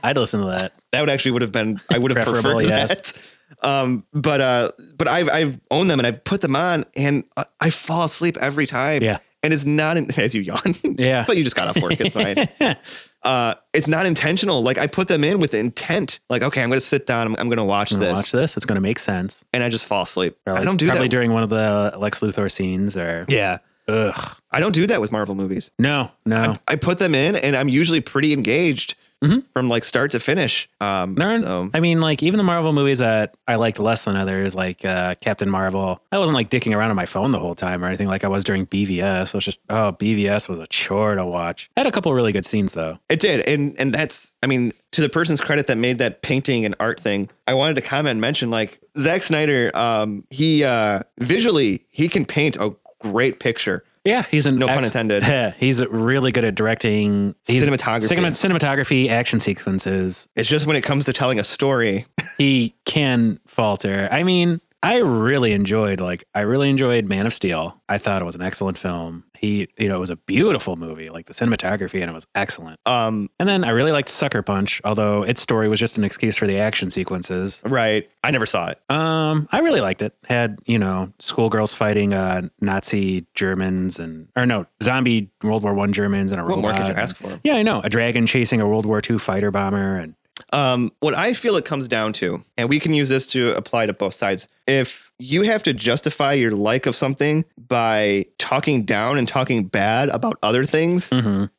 Speaker 2: I'd listen to that.
Speaker 1: that would actually would have been. I would have
Speaker 2: Preferable,
Speaker 1: preferred
Speaker 2: yes.
Speaker 1: that. Um, but uh, but I've I've owned them and I've put them on and I- I fall asleep every time.
Speaker 2: Yeah.
Speaker 1: And it's not in, as you yawn.
Speaker 2: Yeah.
Speaker 1: but you just got off work. It's fine. uh, it's not intentional. Like I put them in with intent. Like okay, I'm gonna sit down. I'm, I'm gonna watch
Speaker 2: I'm gonna
Speaker 1: this,
Speaker 2: Watch this. It's going to make sense.
Speaker 1: and I just fall asleep.
Speaker 2: Probably,
Speaker 1: I don't do
Speaker 2: probably
Speaker 1: that.
Speaker 2: during one of the Lex Luthor scenes or.
Speaker 1: yeah.
Speaker 2: Ugh.
Speaker 1: I don't do that with Marvel movies.
Speaker 2: No, no.
Speaker 1: I put them in, and I'm usually pretty engaged
Speaker 2: Mm-hmm.
Speaker 1: from like start to finish. Um,
Speaker 2: There aren't-
Speaker 1: so-
Speaker 2: I mean, like even the Marvel movies that I liked less than others, like uh, Captain Marvel, I wasn't like dicking around on my phone the whole time or anything like I was during BVS. I was just, oh, BVS was a chore to watch. I had a couple really good scenes though.
Speaker 1: It did, and and that's I mean to the person's credit that made that painting and art thing. I wanted to comment and mention like Zack Snyder. Um, he uh, visually he can paint a great picture.
Speaker 2: Yeah, he's an
Speaker 1: No pun intended.
Speaker 2: he's really good at directing he's-
Speaker 1: Cinematography.
Speaker 2: cinema- cinematography, action sequences.
Speaker 1: It's just when it comes to telling a story.
Speaker 2: He can falter. I mean, I really enjoyed like I really enjoyed Man of Steel. I thought it was an excellent film. He, you know, it was a beautiful movie. Like the cinematography and it was excellent.
Speaker 1: Um,
Speaker 2: And then I really liked Sucker Punch, although its story was just an excuse for the action sequences.
Speaker 1: right. I never saw it.
Speaker 2: Um, I really liked it. Had you know schoolgirls fighting uh, Nazi Germans and or no zombie World War One Germans and a
Speaker 1: What
Speaker 2: robot.
Speaker 1: more could you
Speaker 2: and-
Speaker 1: ask for?
Speaker 2: Yeah, I know a dragon chasing a World War II fighter bomber and
Speaker 1: Um, what I feel it comes down to, and we can use this to apply to both sides. If you have to justify your like of something by talking down and talking bad about other things,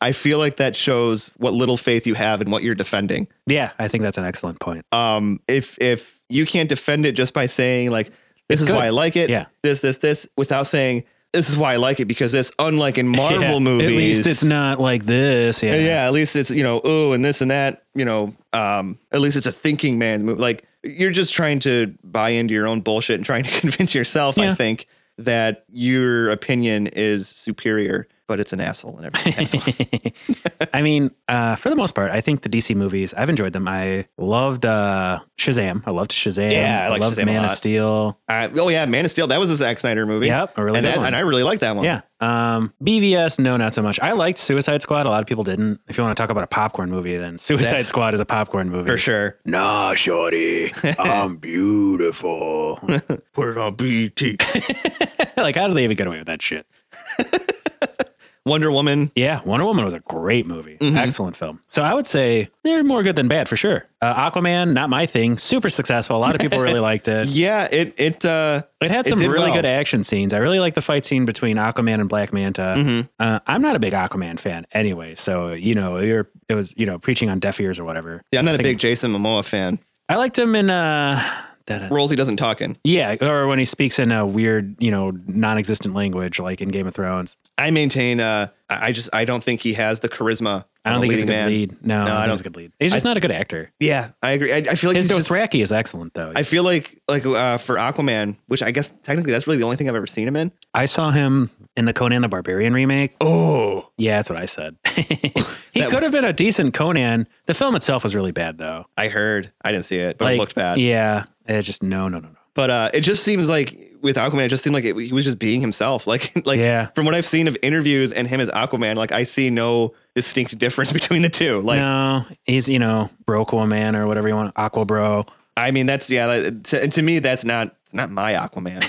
Speaker 1: I feel like that shows what little faith you have in what you're defending.
Speaker 2: yeah, I think that's an excellent point.
Speaker 1: um, if if you can't defend it just by saying like this is
Speaker 2: good.
Speaker 1: why I like it,
Speaker 2: Yeah.
Speaker 1: this this this, without saying this is why I like it because it's unlike in Marvel
Speaker 2: Yeah,
Speaker 1: movies.
Speaker 2: At least it's not like this. Yeah,
Speaker 1: yeah, at least it's you know ooh and this and that you know um, at least it's a thinking man movie. Like you're just trying to buy into your own bullshit and trying to convince yourself. I
Speaker 2: Yeah.
Speaker 1: think that your opinion is superior, but it's an asshole and everything.
Speaker 2: I mean, uh, for the most part, I think the DC movies I've enjoyed them. I loved uh, Shazam. I loved Shazam.
Speaker 1: Yeah, I like
Speaker 2: loved
Speaker 1: Shazam a
Speaker 2: Man of
Speaker 1: lot.
Speaker 2: Steel.
Speaker 1: uh, oh yeah, Man of Steel that was a Zack Snyder movie.
Speaker 2: Yep, a really
Speaker 1: and,
Speaker 2: good
Speaker 1: that,
Speaker 2: one.
Speaker 1: and I really like that one.
Speaker 2: Yeah. Um, BVS, no, not so much. I liked Suicide Squad. A lot of people didn't. If you want to talk about a popcorn movie, then Suicide
Speaker 1: That's-
Speaker 2: Squad is a popcorn movie.
Speaker 1: for sure.
Speaker 2: Nah, shorty, I'm beautiful.
Speaker 1: Put it on BT.
Speaker 2: like, how do they even get away with that shit?
Speaker 1: Wonder Woman.
Speaker 2: Yeah, Wonder Woman was a great movie.
Speaker 1: Mm-hmm.
Speaker 2: Excellent film. So I would say they're more good than bad for sure. Uh, Aquaman, not my thing. Super successful. A lot of people really liked it.
Speaker 1: Yeah, it it uh
Speaker 2: It had
Speaker 1: It
Speaker 2: some
Speaker 1: did
Speaker 2: really
Speaker 1: well.
Speaker 2: good action scenes. I really like the fight scene between Aquaman and Black Manta.
Speaker 1: Mm-hmm.
Speaker 2: Uh, I'm not a big Aquaman fan anyway, so you know you're it was you know preaching on deaf ears or whatever.
Speaker 1: yeah, I'm not a big Jason Momoa fan.
Speaker 2: I liked him in uh, that,
Speaker 1: Roles he doesn't talk in.
Speaker 2: yeah, or when he speaks in a weird you know non-existent language like in Game of Thrones.
Speaker 1: I maintain uh I I just I don't think he has the charisma.
Speaker 2: I don't
Speaker 1: of
Speaker 2: think he's a
Speaker 1: leading man.
Speaker 2: good lead. No, I don't
Speaker 1: I
Speaker 2: think
Speaker 1: don't-
Speaker 2: he's a good lead. He's just not a good actor.
Speaker 1: Yeah, I agree. I, I feel like
Speaker 2: His
Speaker 1: he's just,
Speaker 2: Dothraki is excellent though.
Speaker 1: I
Speaker 2: I,
Speaker 1: feel like like uh for Aquaman, which I guess technically that's really the only thing I've ever seen him in.
Speaker 2: saw him in the Conan the Barbarian remake.
Speaker 1: Oh.
Speaker 2: Yeah, that's what I said. he could have been a decent Conan. The film itself was really bad though.
Speaker 1: I heard. I didn't see it, but it
Speaker 2: Like,
Speaker 1: looked bad.
Speaker 2: Yeah, it's just no, no, no, no.
Speaker 1: But uh, it just seems like with Aquaman, it just seemed like it, he was just being himself. Like, like
Speaker 2: Yeah.
Speaker 1: from what I've seen of interviews and him as Aquaman, like I see no distinct difference between the two. Like,
Speaker 2: no, he's you know Broquel man or whatever you want, Aqua Bro.
Speaker 1: I mean, that's yeah. that- To, to me, that's not it's not my Aquaman.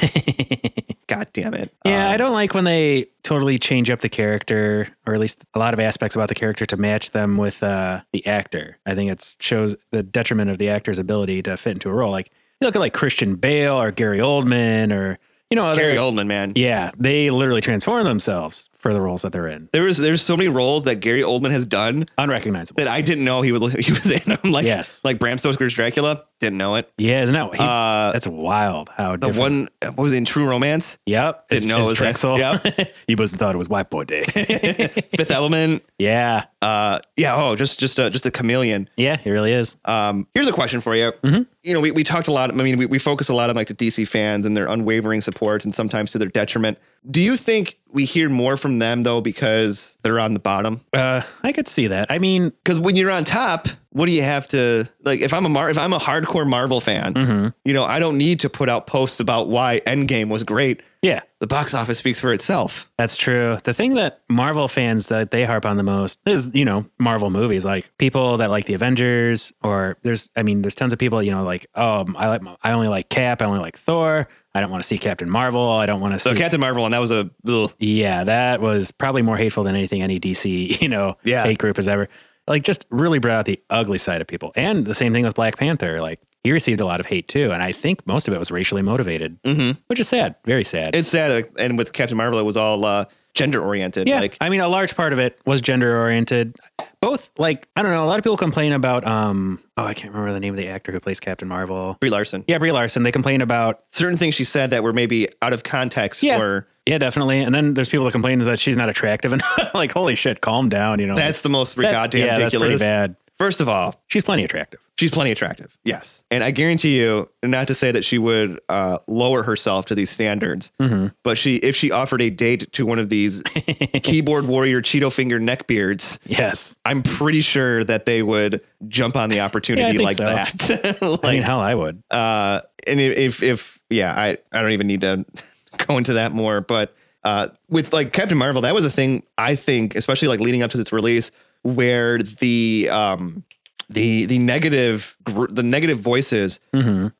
Speaker 1: God damn it.
Speaker 2: Yeah,
Speaker 1: Um,
Speaker 2: I don't like when they totally change up the character, or at least a lot of aspects about the character to match them with uh, the actor. I think it shows the detriment of the actor's ability to fit into a role. Like you look at like Christian Bale or Gary Oldman or you know other,
Speaker 1: Uh, Gary Oldman, man.
Speaker 2: Yeah, they literally transform themselves for the roles that they're in.
Speaker 1: There was there's so many roles that Gary Oldman has done
Speaker 2: Unrecognizable.
Speaker 1: that I didn't know he was he was in. I'm like
Speaker 2: Yes.
Speaker 1: like Bram Stoker's Dracula, didn't know it.
Speaker 2: Yeah, isn't that he,
Speaker 1: Uh,
Speaker 2: that's wild? How
Speaker 1: the
Speaker 2: different-
Speaker 1: one what was it, in True Romance,
Speaker 2: Yep,
Speaker 1: Didn't know it was that.
Speaker 2: Drexel.
Speaker 1: Yep.
Speaker 2: you must thought it was White Boy Day.
Speaker 1: Fifth Element.
Speaker 2: yeah,
Speaker 1: Uh, yeah. Oh, just just a, just a chameleon.
Speaker 2: yeah, he really is.
Speaker 1: Um, here's a question for you.
Speaker 2: Mm-hmm.
Speaker 1: You know, we, we talked a lot. I mean, we, we focus a lot on like the DC fans and their unwavering support and sometimes to their detriment. Do you think we hear more from them though because they're on the bottom?
Speaker 2: Uh, I could see that. I mean,
Speaker 1: Because when you're on top, what do you have to like? If I'm a Mar- if I'm a hardcore Marvel fan,
Speaker 2: Mm-hmm.
Speaker 1: you know, I don't need to put out posts about why Endgame was great.
Speaker 2: yeah,
Speaker 1: The box office speaks for itself.
Speaker 2: That's true. The thing that Marvel fans that they harp on the most is, you know, Marvel movies. Like people that like the Avengers, or there's, I mean, there's tons of people, you know, like, oh, I like, I only like Cap, I only like Thor. I don't want to see Captain Marvel. I don't want to
Speaker 1: So
Speaker 2: see.
Speaker 1: Captain Marvel, and that was a ugh.
Speaker 2: yeah, that was probably more hateful than anything any DC, you know,
Speaker 1: Yeah.
Speaker 2: hate group has ever. Like, just really brought out the ugly side of people. And the same thing with Black Panther. Like, he received a lot of hate too, and I think most of it was racially motivated, mm-hmm. which is sad, very sad.
Speaker 1: it's sad. like, And with Captain Marvel, it was all uh, gender oriented.
Speaker 2: Yeah,
Speaker 1: Like
Speaker 2: I mean, a large part of it was gender oriented. Both, like, I don't know. A lot of people complain about, um, oh, I can't remember the name of the actor who plays Captain Marvel.
Speaker 1: Brie Larson.
Speaker 2: Yeah, Brie Larson. They complain about,
Speaker 1: certain things she said that were maybe out of context
Speaker 2: Yeah.
Speaker 1: or
Speaker 2: yeah, definitely. And then there's people that complain that she's not attractive, and like, holy shit, calm down. You know,
Speaker 1: that's the most
Speaker 2: That's-
Speaker 1: goddamn
Speaker 2: yeah, that's pretty
Speaker 1: ridiculous.
Speaker 2: bad.
Speaker 1: First of all,
Speaker 2: She's plenty attractive.
Speaker 1: she's plenty attractive. Yes. And I guarantee you, not to say that she would uh, lower herself to these standards,
Speaker 2: Mm-hmm.
Speaker 1: but she if she offered a date to one of these keyboard warrior Cheeto finger neckbeards,
Speaker 2: Yes.
Speaker 1: I'm pretty sure that they would jump on the opportunity
Speaker 2: think
Speaker 1: like
Speaker 2: so.
Speaker 1: that. like
Speaker 2: I mean, hell, I would.
Speaker 1: uh, and if, if if yeah, I I don't even need to go into that more. But uh, with like Captain Marvel, that was a thing I think, especially like leading up to its release, where the um the the negative gr- the negative voices,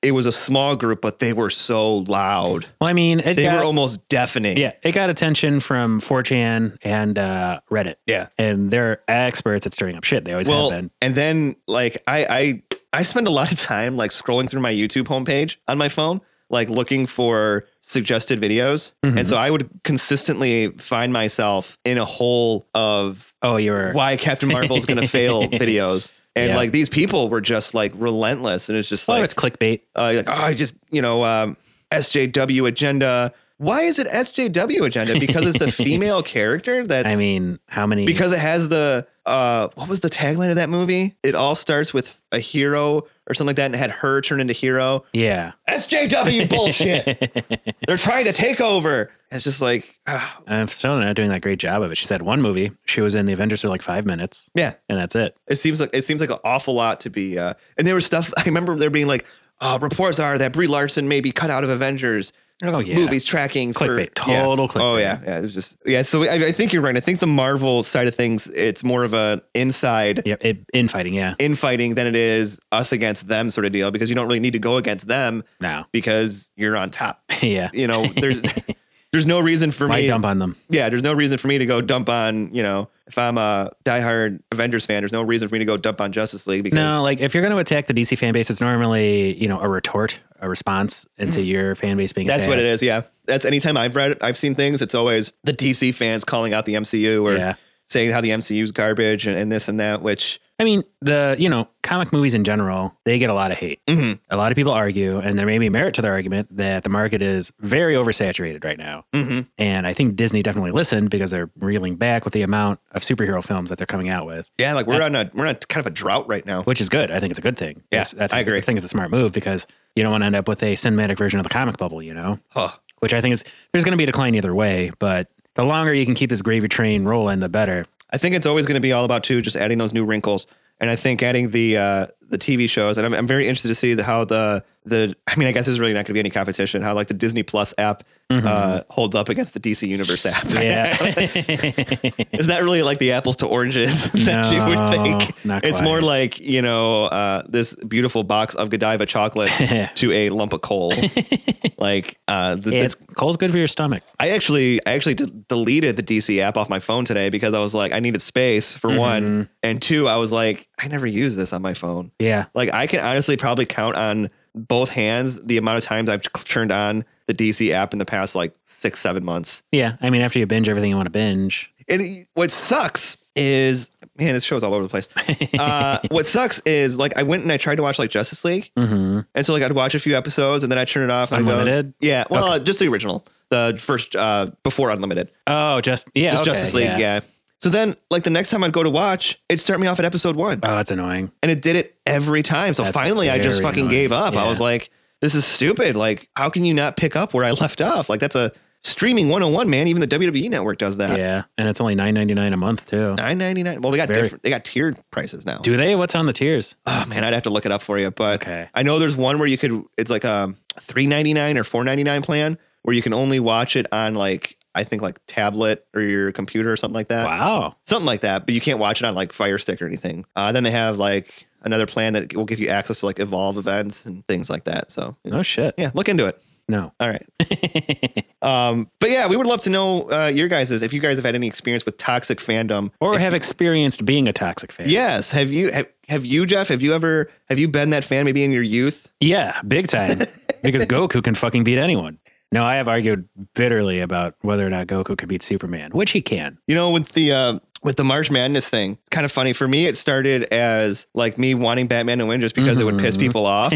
Speaker 1: it was a small group, but they were so loud,
Speaker 2: Well, I mean, it
Speaker 1: they
Speaker 2: got,
Speaker 1: were almost deafening.
Speaker 2: yeah, it got attention from 4chan and uh, Reddit.
Speaker 1: Yeah.
Speaker 2: And they're experts at stirring up shit. They always
Speaker 1: Well,
Speaker 2: have been.
Speaker 1: and then like I I I spend a lot of time like scrolling through my YouTube homepage on my phone, like looking for suggested videos, and so I would consistently find myself in a hole of
Speaker 2: Oh, you were.
Speaker 1: why Captain Marvel is going to fail videos. And
Speaker 2: Yeah.
Speaker 1: like these people were just like relentless, and it's just
Speaker 2: A lot of
Speaker 1: like,
Speaker 2: it's clickbait.
Speaker 1: uh, like oh, I just you know um, SJW agenda. Why is it SJW agenda? Because it's a female character that's
Speaker 2: I mean, how many?
Speaker 1: because it has the uh what was the tagline of that movie? It all starts with a hero or something like that, and it had her turn into hero.
Speaker 2: yeah.
Speaker 1: SJW bullshit. They're trying to take over. It's just like ah,
Speaker 2: I'm still not doing that great job of it. She said one movie. She was in the Avengers for like five minutes,
Speaker 1: yeah.
Speaker 2: and that's it.
Speaker 1: It seems like it seems like an awful lot to be. Uh, and there was stuff I remember there being like uh, reports are that Brie Larson may be cut out of Avengers.
Speaker 2: Oh yeah,
Speaker 1: movies tracking
Speaker 2: Clickbait.
Speaker 1: for yeah.
Speaker 2: Total clickbait.
Speaker 1: Oh yeah, yeah. It was just yeah. So I, I think you're right. I think the Marvel side of things, it's more of a inside
Speaker 2: Yeah, it, infighting. Yeah,
Speaker 1: infighting than it is us against them sort of deal because you don't really need to go against them
Speaker 2: no,
Speaker 1: because you're on top.
Speaker 2: yeah.
Speaker 1: You know, there's there's no reason for
Speaker 2: Why
Speaker 1: me.
Speaker 2: dump on them?
Speaker 1: Yeah, there's no reason for me to go dump on. You know, if I'm a diehard Avengers fan, there's no reason for me to go dump on Justice League because
Speaker 2: No, like if you're going to attack the DC fan base, it's normally you know a retort, a response into your fan base being.
Speaker 1: Mm-hmm. that's what it
Speaker 2: attacked.
Speaker 1: is. Yeah, that's anytime I've read, I've seen things. It's always the DC fans calling out the MCU or
Speaker 2: Yeah.
Speaker 1: saying how the MCU's garbage and, and this and that. Which
Speaker 2: I mean, the you know comic movies in general, they get a lot of hate.
Speaker 1: Mm-hmm.
Speaker 2: A lot of people argue, and there may be merit to their argument that the market is very oversaturated right now.
Speaker 1: Mm-hmm.
Speaker 2: And I think Disney definitely listened because they're reeling back with the amount of superhero films that they're coming out with.
Speaker 1: yeah, like we're on a we're on a kind of a drought right now.
Speaker 2: which is good. I think it's a good thing.
Speaker 1: Yeah,
Speaker 2: Yes, I, think
Speaker 1: I agree.
Speaker 2: I think it's a smart move because you don't want to end up with a cinematic version of the comic bubble, you know.
Speaker 1: Huh.
Speaker 2: Which I think is there's going to be a decline either way, but the longer you can keep this gravy train rolling, the better.
Speaker 1: I think it's always going to be all about too, just adding those new wrinkles, and I think adding the uh, the TV shows, and I'm, I'm very interested to see the, how the the I mean, I guess there's really not going to be any competition. How like the Disney Plus app
Speaker 2: Mm-hmm.
Speaker 1: uh, holds up against the DC Universe app?
Speaker 2: Yeah.
Speaker 1: It's not really like the apples to oranges that you would
Speaker 2: No,
Speaker 1: think.
Speaker 2: not
Speaker 1: it's
Speaker 2: quite.
Speaker 1: more like, you know, uh, this beautiful box of Godiva chocolate to a lump of coal. like, uh, the, the-
Speaker 2: Yeah, it's coal's good for your stomach.
Speaker 1: I actually, I actually de- deleted the DC app off my phone today because I was like, I needed space
Speaker 2: Mm-hmm.
Speaker 1: for one. And two, I was like, I never use this on my phone.
Speaker 2: Yeah.
Speaker 1: Like, I can honestly probably count on both hands the amount of times I've turned on the DC app in the past like six, seven months.
Speaker 2: Yeah. I mean, after you binge everything you want to binge.
Speaker 1: And what sucks is, man, this show's all over the place. Uh, what sucks is, like, I went and I tried to watch like Justice League,
Speaker 2: Mm-hmm.
Speaker 1: and so like I'd watch a few episodes and then I turn it off. And I go-
Speaker 2: Unlimited?
Speaker 1: yeah. Well, uh, just the original, the first uh, before Unlimited,
Speaker 2: Oh, just, yeah.
Speaker 1: just
Speaker 2: okay,
Speaker 1: Justice League. Yeah. So then, like the next time I'd go to watch, it'd start me off at episode one,
Speaker 2: Oh, that's annoying.
Speaker 1: and it did it every time. So
Speaker 2: That's
Speaker 1: finally, I just
Speaker 2: very
Speaker 1: fucking
Speaker 2: annoying.
Speaker 1: gave up. I
Speaker 2: Yeah.
Speaker 1: was like, "This is stupid. Like, how can you not pick up where I left off? Like, that's a streaming 101, man. Even the WWE Network does that.
Speaker 2: Yeah. And it's only nine ninety nine a month, too.
Speaker 1: Nine ninety nine. Well, they got
Speaker 2: Very-
Speaker 1: different. They got tiered prices now.
Speaker 2: Do they? What's on the tiers?
Speaker 1: Oh man, I'd have to look it up for you. But
Speaker 2: Okay.
Speaker 1: I know there's one where you could. It's like a three ninety nine or four ninety nine plan where you can only watch it on like I think like tablet or your computer or something like that.
Speaker 2: Wow.
Speaker 1: Something like that. But you can't watch it on like Fire Stick or anything. Uh, then they have like another plan that will give you access to like Evolve events and things like that. So
Speaker 2: Oh, shit.
Speaker 1: yeah, look into it.
Speaker 2: No.
Speaker 1: All right. um, but yeah, we would love to know uh, your guys's if you guys have had any experience with toxic fandom
Speaker 2: Or
Speaker 1: If
Speaker 2: have experienced being a toxic fan.
Speaker 1: Yes. Have you have, have you Jeff? Have you ever have you been that fan? Maybe in your youth.
Speaker 2: Yeah, big time. because Goku can fucking beat anyone. No, I have argued bitterly about whether or not Goku could beat Superman, which he can.
Speaker 1: You know, with the uh, with the March Madness thing, it's kind of funny for me. It started as like me wanting Batman to win just because it would piss people off,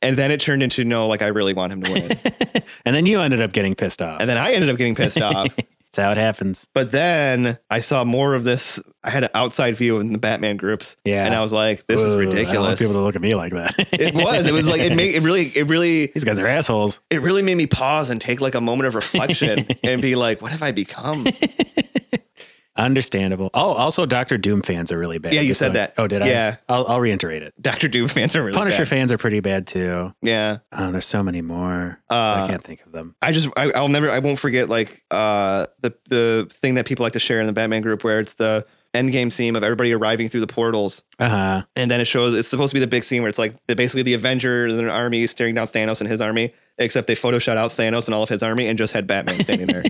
Speaker 1: and then it turned into no, like I really want him to win,
Speaker 2: And then you ended up getting pissed off.
Speaker 1: and then I ended up getting pissed off.
Speaker 2: That's how it happens.
Speaker 1: But then I saw more of this. I had an outside view in the Batman groups,
Speaker 2: Yeah.
Speaker 1: and I was like, this
Speaker 2: Ugh,
Speaker 1: is
Speaker 2: I don't want
Speaker 1: ridiculous.
Speaker 2: people to look at me like that.
Speaker 1: It was. It was like it made it really it really
Speaker 2: These guys are assholes.
Speaker 1: it really made me pause and take like a moment of reflection and be like, what have I become?
Speaker 2: Understandable. Oh, also, Doctor Doom fans are really bad.
Speaker 1: Yeah, you
Speaker 2: Just
Speaker 1: said
Speaker 2: so-
Speaker 1: that.
Speaker 2: Oh, did I?
Speaker 1: Yeah.
Speaker 2: I'll, I'll reiterate it.
Speaker 1: Doctor Doom fans are really
Speaker 2: Punisher
Speaker 1: bad.
Speaker 2: fans are pretty bad too.
Speaker 1: Yeah,
Speaker 2: Oh, there's so many more.
Speaker 1: Uh,
Speaker 2: I can't think of them.
Speaker 1: I just I, I'll never I won't forget like uh the the thing that people like to share in the Batman group where it's the end game scene of everybody arriving through the portals
Speaker 2: Uh huh.
Speaker 1: and then it shows it's supposed to be the big scene where it's like the, basically the Avengers and an army staring down Thanos and his army except they photoshopped out Thanos and all of his army and just had Batman standing there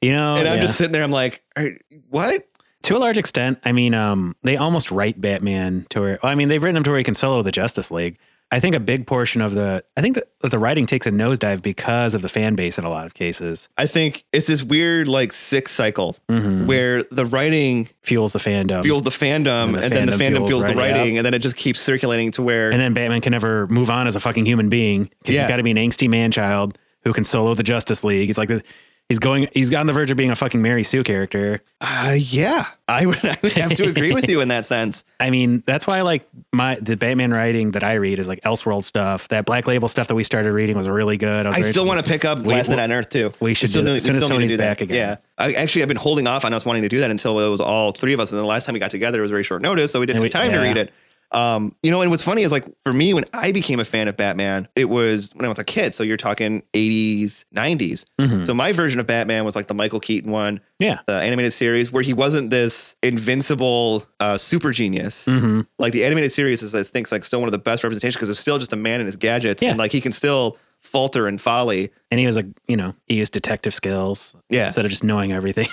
Speaker 2: You know,
Speaker 1: and I'm
Speaker 2: Oh, yeah.
Speaker 1: just sitting there I'm like Are, what
Speaker 2: to a large extent, I mean, um, they almost write Batman to where, well, I mean, they've written him to where he can solo the Justice League. I think a big portion of the, I think that that the writing takes a nosedive because of the fan base in a lot of cases
Speaker 1: I think it's this weird like sick cycle
Speaker 2: Mm-hmm.
Speaker 1: where the writing
Speaker 2: fuels the fandom.
Speaker 1: fuels the fandom and,
Speaker 2: And the
Speaker 1: then the
Speaker 2: fandom
Speaker 1: fandom fuels,
Speaker 2: fuels
Speaker 1: the
Speaker 2: writing,
Speaker 1: writing and then it just keeps circulating to where
Speaker 2: and then Batman can never move on as a fucking human being because
Speaker 1: Yeah.
Speaker 2: he's got to be an angsty man child who can solo the Justice League. He's like, the, he's going, he's on the verge of being a fucking Mary Sue character.
Speaker 1: Uh, yeah, I would, I would have to agree with you in that sense.
Speaker 2: I mean, that's why like my the Batman writing that I read is like Elseworld stuff. That Black Label stuff that we started reading was really good.
Speaker 1: I still want to pick up Last Night on Earth too.
Speaker 2: we should do that as soon as Tony's back again.
Speaker 1: Yeah, I, actually, I've been holding off on us wanting to do that until it was all three of us. And then the last time we got together, it was very short notice, so we didn't
Speaker 2: And
Speaker 1: have time
Speaker 2: we-
Speaker 1: to
Speaker 2: yeah.
Speaker 1: read it. Um, you know, and what's funny is like for me, when I became a fan of Batman, it was when I was a kid. So you're talking 80s, 90s.
Speaker 2: Mm-hmm.
Speaker 1: So my version of Batman was like the Michael Keaton one,
Speaker 2: Yeah.
Speaker 1: the uh, animated series where he wasn't this invincible uh, super genius.
Speaker 2: Mm-hmm.
Speaker 1: Like the animated series is, I think, like still one of the best representations because it's still just a man and his gadgets,
Speaker 2: Yeah.
Speaker 1: and like he can still falter and folly.
Speaker 2: And he was like, you know, he used detective skills
Speaker 1: Yeah.
Speaker 2: instead of just knowing everything.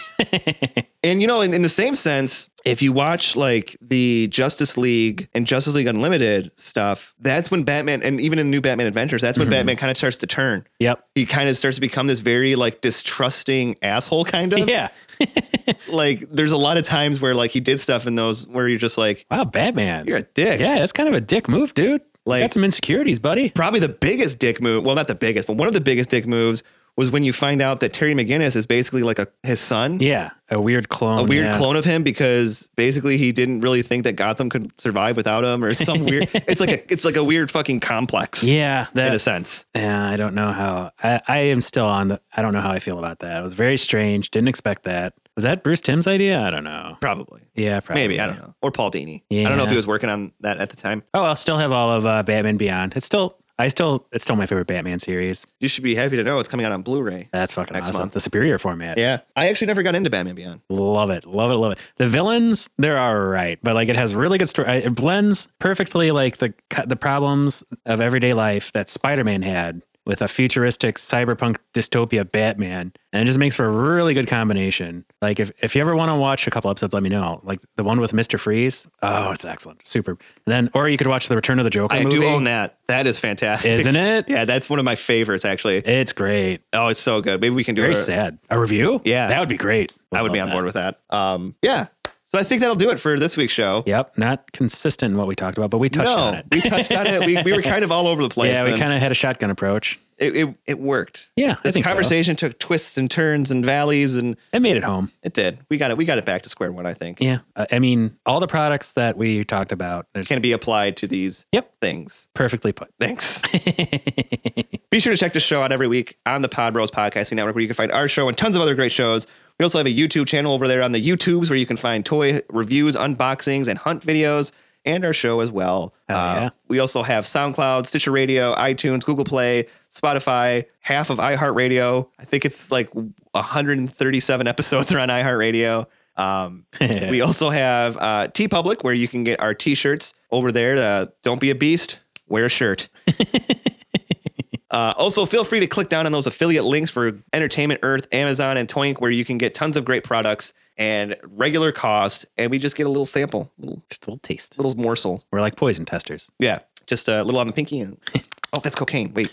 Speaker 1: And you know, in, in the same sense, if you watch like the Justice League and Justice League Unlimited stuff, that's when Batman, and even in New Batman Adventures, that's when
Speaker 2: Mm-hmm.
Speaker 1: Batman kind of starts to turn.
Speaker 2: yep.
Speaker 1: He kind of starts to become this very like distrusting asshole kind of.
Speaker 2: Yeah.
Speaker 1: Like there's a lot of times where like he did stuff in those where you're just like,
Speaker 2: Wow, Batman.
Speaker 1: you're a dick.
Speaker 2: yeah, that's kind of a dick move, dude.
Speaker 1: Like-
Speaker 2: Like, got some insecurities, buddy.
Speaker 1: probably the biggest dick move. Well, not the biggest, but one of the biggest dick moves was when you find out that Terry McGinnis is basically like a his son,
Speaker 2: Yeah, a weird clone.
Speaker 1: a weird
Speaker 2: yeah.
Speaker 1: clone of him, because basically he didn't really think that Gotham could survive without him, or some weird. It's like a it's like a weird fucking complex
Speaker 2: Yeah,
Speaker 1: in a
Speaker 2: that.
Speaker 1: sense.
Speaker 2: Yeah, I don't know how. I, I am still on the. I don't know how I feel about that. It was very strange. Didn't expect that. Was that Bruce Timm's idea? I don't know.
Speaker 1: Probably.
Speaker 2: Yeah, probably.
Speaker 1: Maybe. I don't know. Or Paul Dini. I don't know
Speaker 2: Yeah.
Speaker 1: if he was working on that at the time.
Speaker 2: Oh, I'll still have all of uh, Batman Beyond. It's still, I still, it's still my favorite Batman series.
Speaker 1: You should be happy to know it's coming out on Blu ray.
Speaker 2: That's fucking
Speaker 1: Next
Speaker 2: awesome.
Speaker 1: month.
Speaker 2: The superior format.
Speaker 1: Yeah. I actually never got into Batman Beyond.
Speaker 2: Love it. Love it. Love it. The villains, they're all right, but like it has really good story. It blends perfectly like the cu- the problems of everyday life that Spider-Man had with a futuristic cyberpunk dystopia Batman. And it just makes for a really good combination. Like if, if you ever want to watch a couple episodes, let me know. Like the one with Mr. Freeze. Oh, it's excellent. Super. And then or you could watch the Return of the Joker
Speaker 1: I
Speaker 2: movie.
Speaker 1: do own that. That is fantastic.
Speaker 2: Isn't it?
Speaker 1: Yeah, that's one of my favorites, actually.
Speaker 2: It's great.
Speaker 1: Oh, it's so good. Maybe we can do
Speaker 2: Very
Speaker 1: it.
Speaker 2: sad. A review?
Speaker 1: Uh, Yeah.
Speaker 2: That would be great.
Speaker 1: I would be
Speaker 2: Love
Speaker 1: on
Speaker 2: that.
Speaker 1: board with that. Um, yeah. So I think that'll do it for this week's show.
Speaker 2: Yep. Not consistent in what we talked about, but we touched on
Speaker 1: No,
Speaker 2: it.
Speaker 1: we touched on it. We, we were kind of all over the place.
Speaker 2: Yeah, we
Speaker 1: and
Speaker 2: kind of had a shotgun approach.
Speaker 1: it, it, it worked.
Speaker 2: Yeah, I
Speaker 1: This
Speaker 2: think so.
Speaker 1: conversation took twists and turns and valleys, and
Speaker 2: It made it home.
Speaker 1: it did. We got it. We got it back to square one. I think
Speaker 2: Yeah. Uh, I mean, all the products that we talked about are
Speaker 1: can be applied to these
Speaker 2: Yep.
Speaker 1: things.
Speaker 2: perfectly put.
Speaker 1: Thanks. Be sure to check this show out every week on the Pod Bros Podcasting Network, where you can find our show and tons of other great shows. We also have a YouTube channel over there on the YouTubes where you can find toy reviews, unboxings, and hunt videos, and our show as well. Uh,
Speaker 2: yeah.
Speaker 1: We also have SoundCloud, Stitcher Radio, iTunes, Google Play, Spotify, half of iHeartRadio. I think it's like 137 episodes are on iHeartRadio. Um, we also have uh, T Public, where you can get our t shirts over there. Uh, Don't be a beast, wear a shirt. Uh, also, feel free to click down on those affiliate links for Entertainment Earth, Amazon, and Toink, where you can get tons of great products and regular cost. And we just get a little sample, little,
Speaker 2: Just a little taste.
Speaker 1: little morsel.
Speaker 2: We're like poison testers.
Speaker 1: Yeah, just a little on the pinky. And oh, that's cocaine. Wait,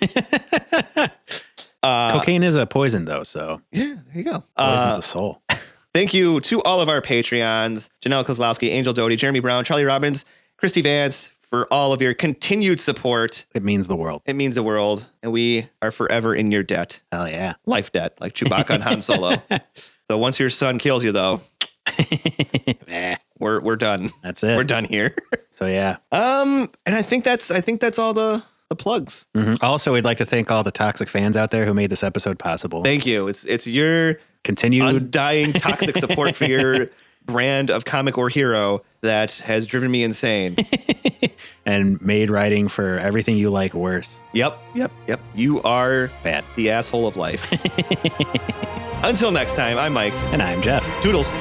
Speaker 2: Cocaine is a poison, though, so
Speaker 1: yeah, there you go. Uh,
Speaker 2: poisons the soul.
Speaker 1: Thank you to all of our Patreons Janelle Kozlowski, Angel Doty, Jeremy Brown, Charlie Robbins, Christy Vance, for all of your continued support.
Speaker 2: It means the world.
Speaker 1: It means the world, and we are forever in your debt.
Speaker 2: Hell yeah.
Speaker 1: Life debt, like Chewbacca and Han Solo. So once your son kills you, though,
Speaker 2: Eh,
Speaker 1: we're we're done.
Speaker 2: that's it.
Speaker 1: We're done here.
Speaker 2: So yeah.
Speaker 1: um, and I think that's I think that's all the the plugs.
Speaker 2: Mhm. Also, we'd like to thank all the toxic fans out there who made this episode possible.
Speaker 1: Thank you. It's it's your
Speaker 2: Continued.
Speaker 1: undying toxic support for your brand of comic or hero that has driven me insane.
Speaker 2: and made writing for everything you like worse.
Speaker 1: Yep, yep, yep. You are
Speaker 2: Bad.
Speaker 1: the asshole of life. Until next time, I'm Mike.
Speaker 2: And I'm Jeff.
Speaker 1: Toodles.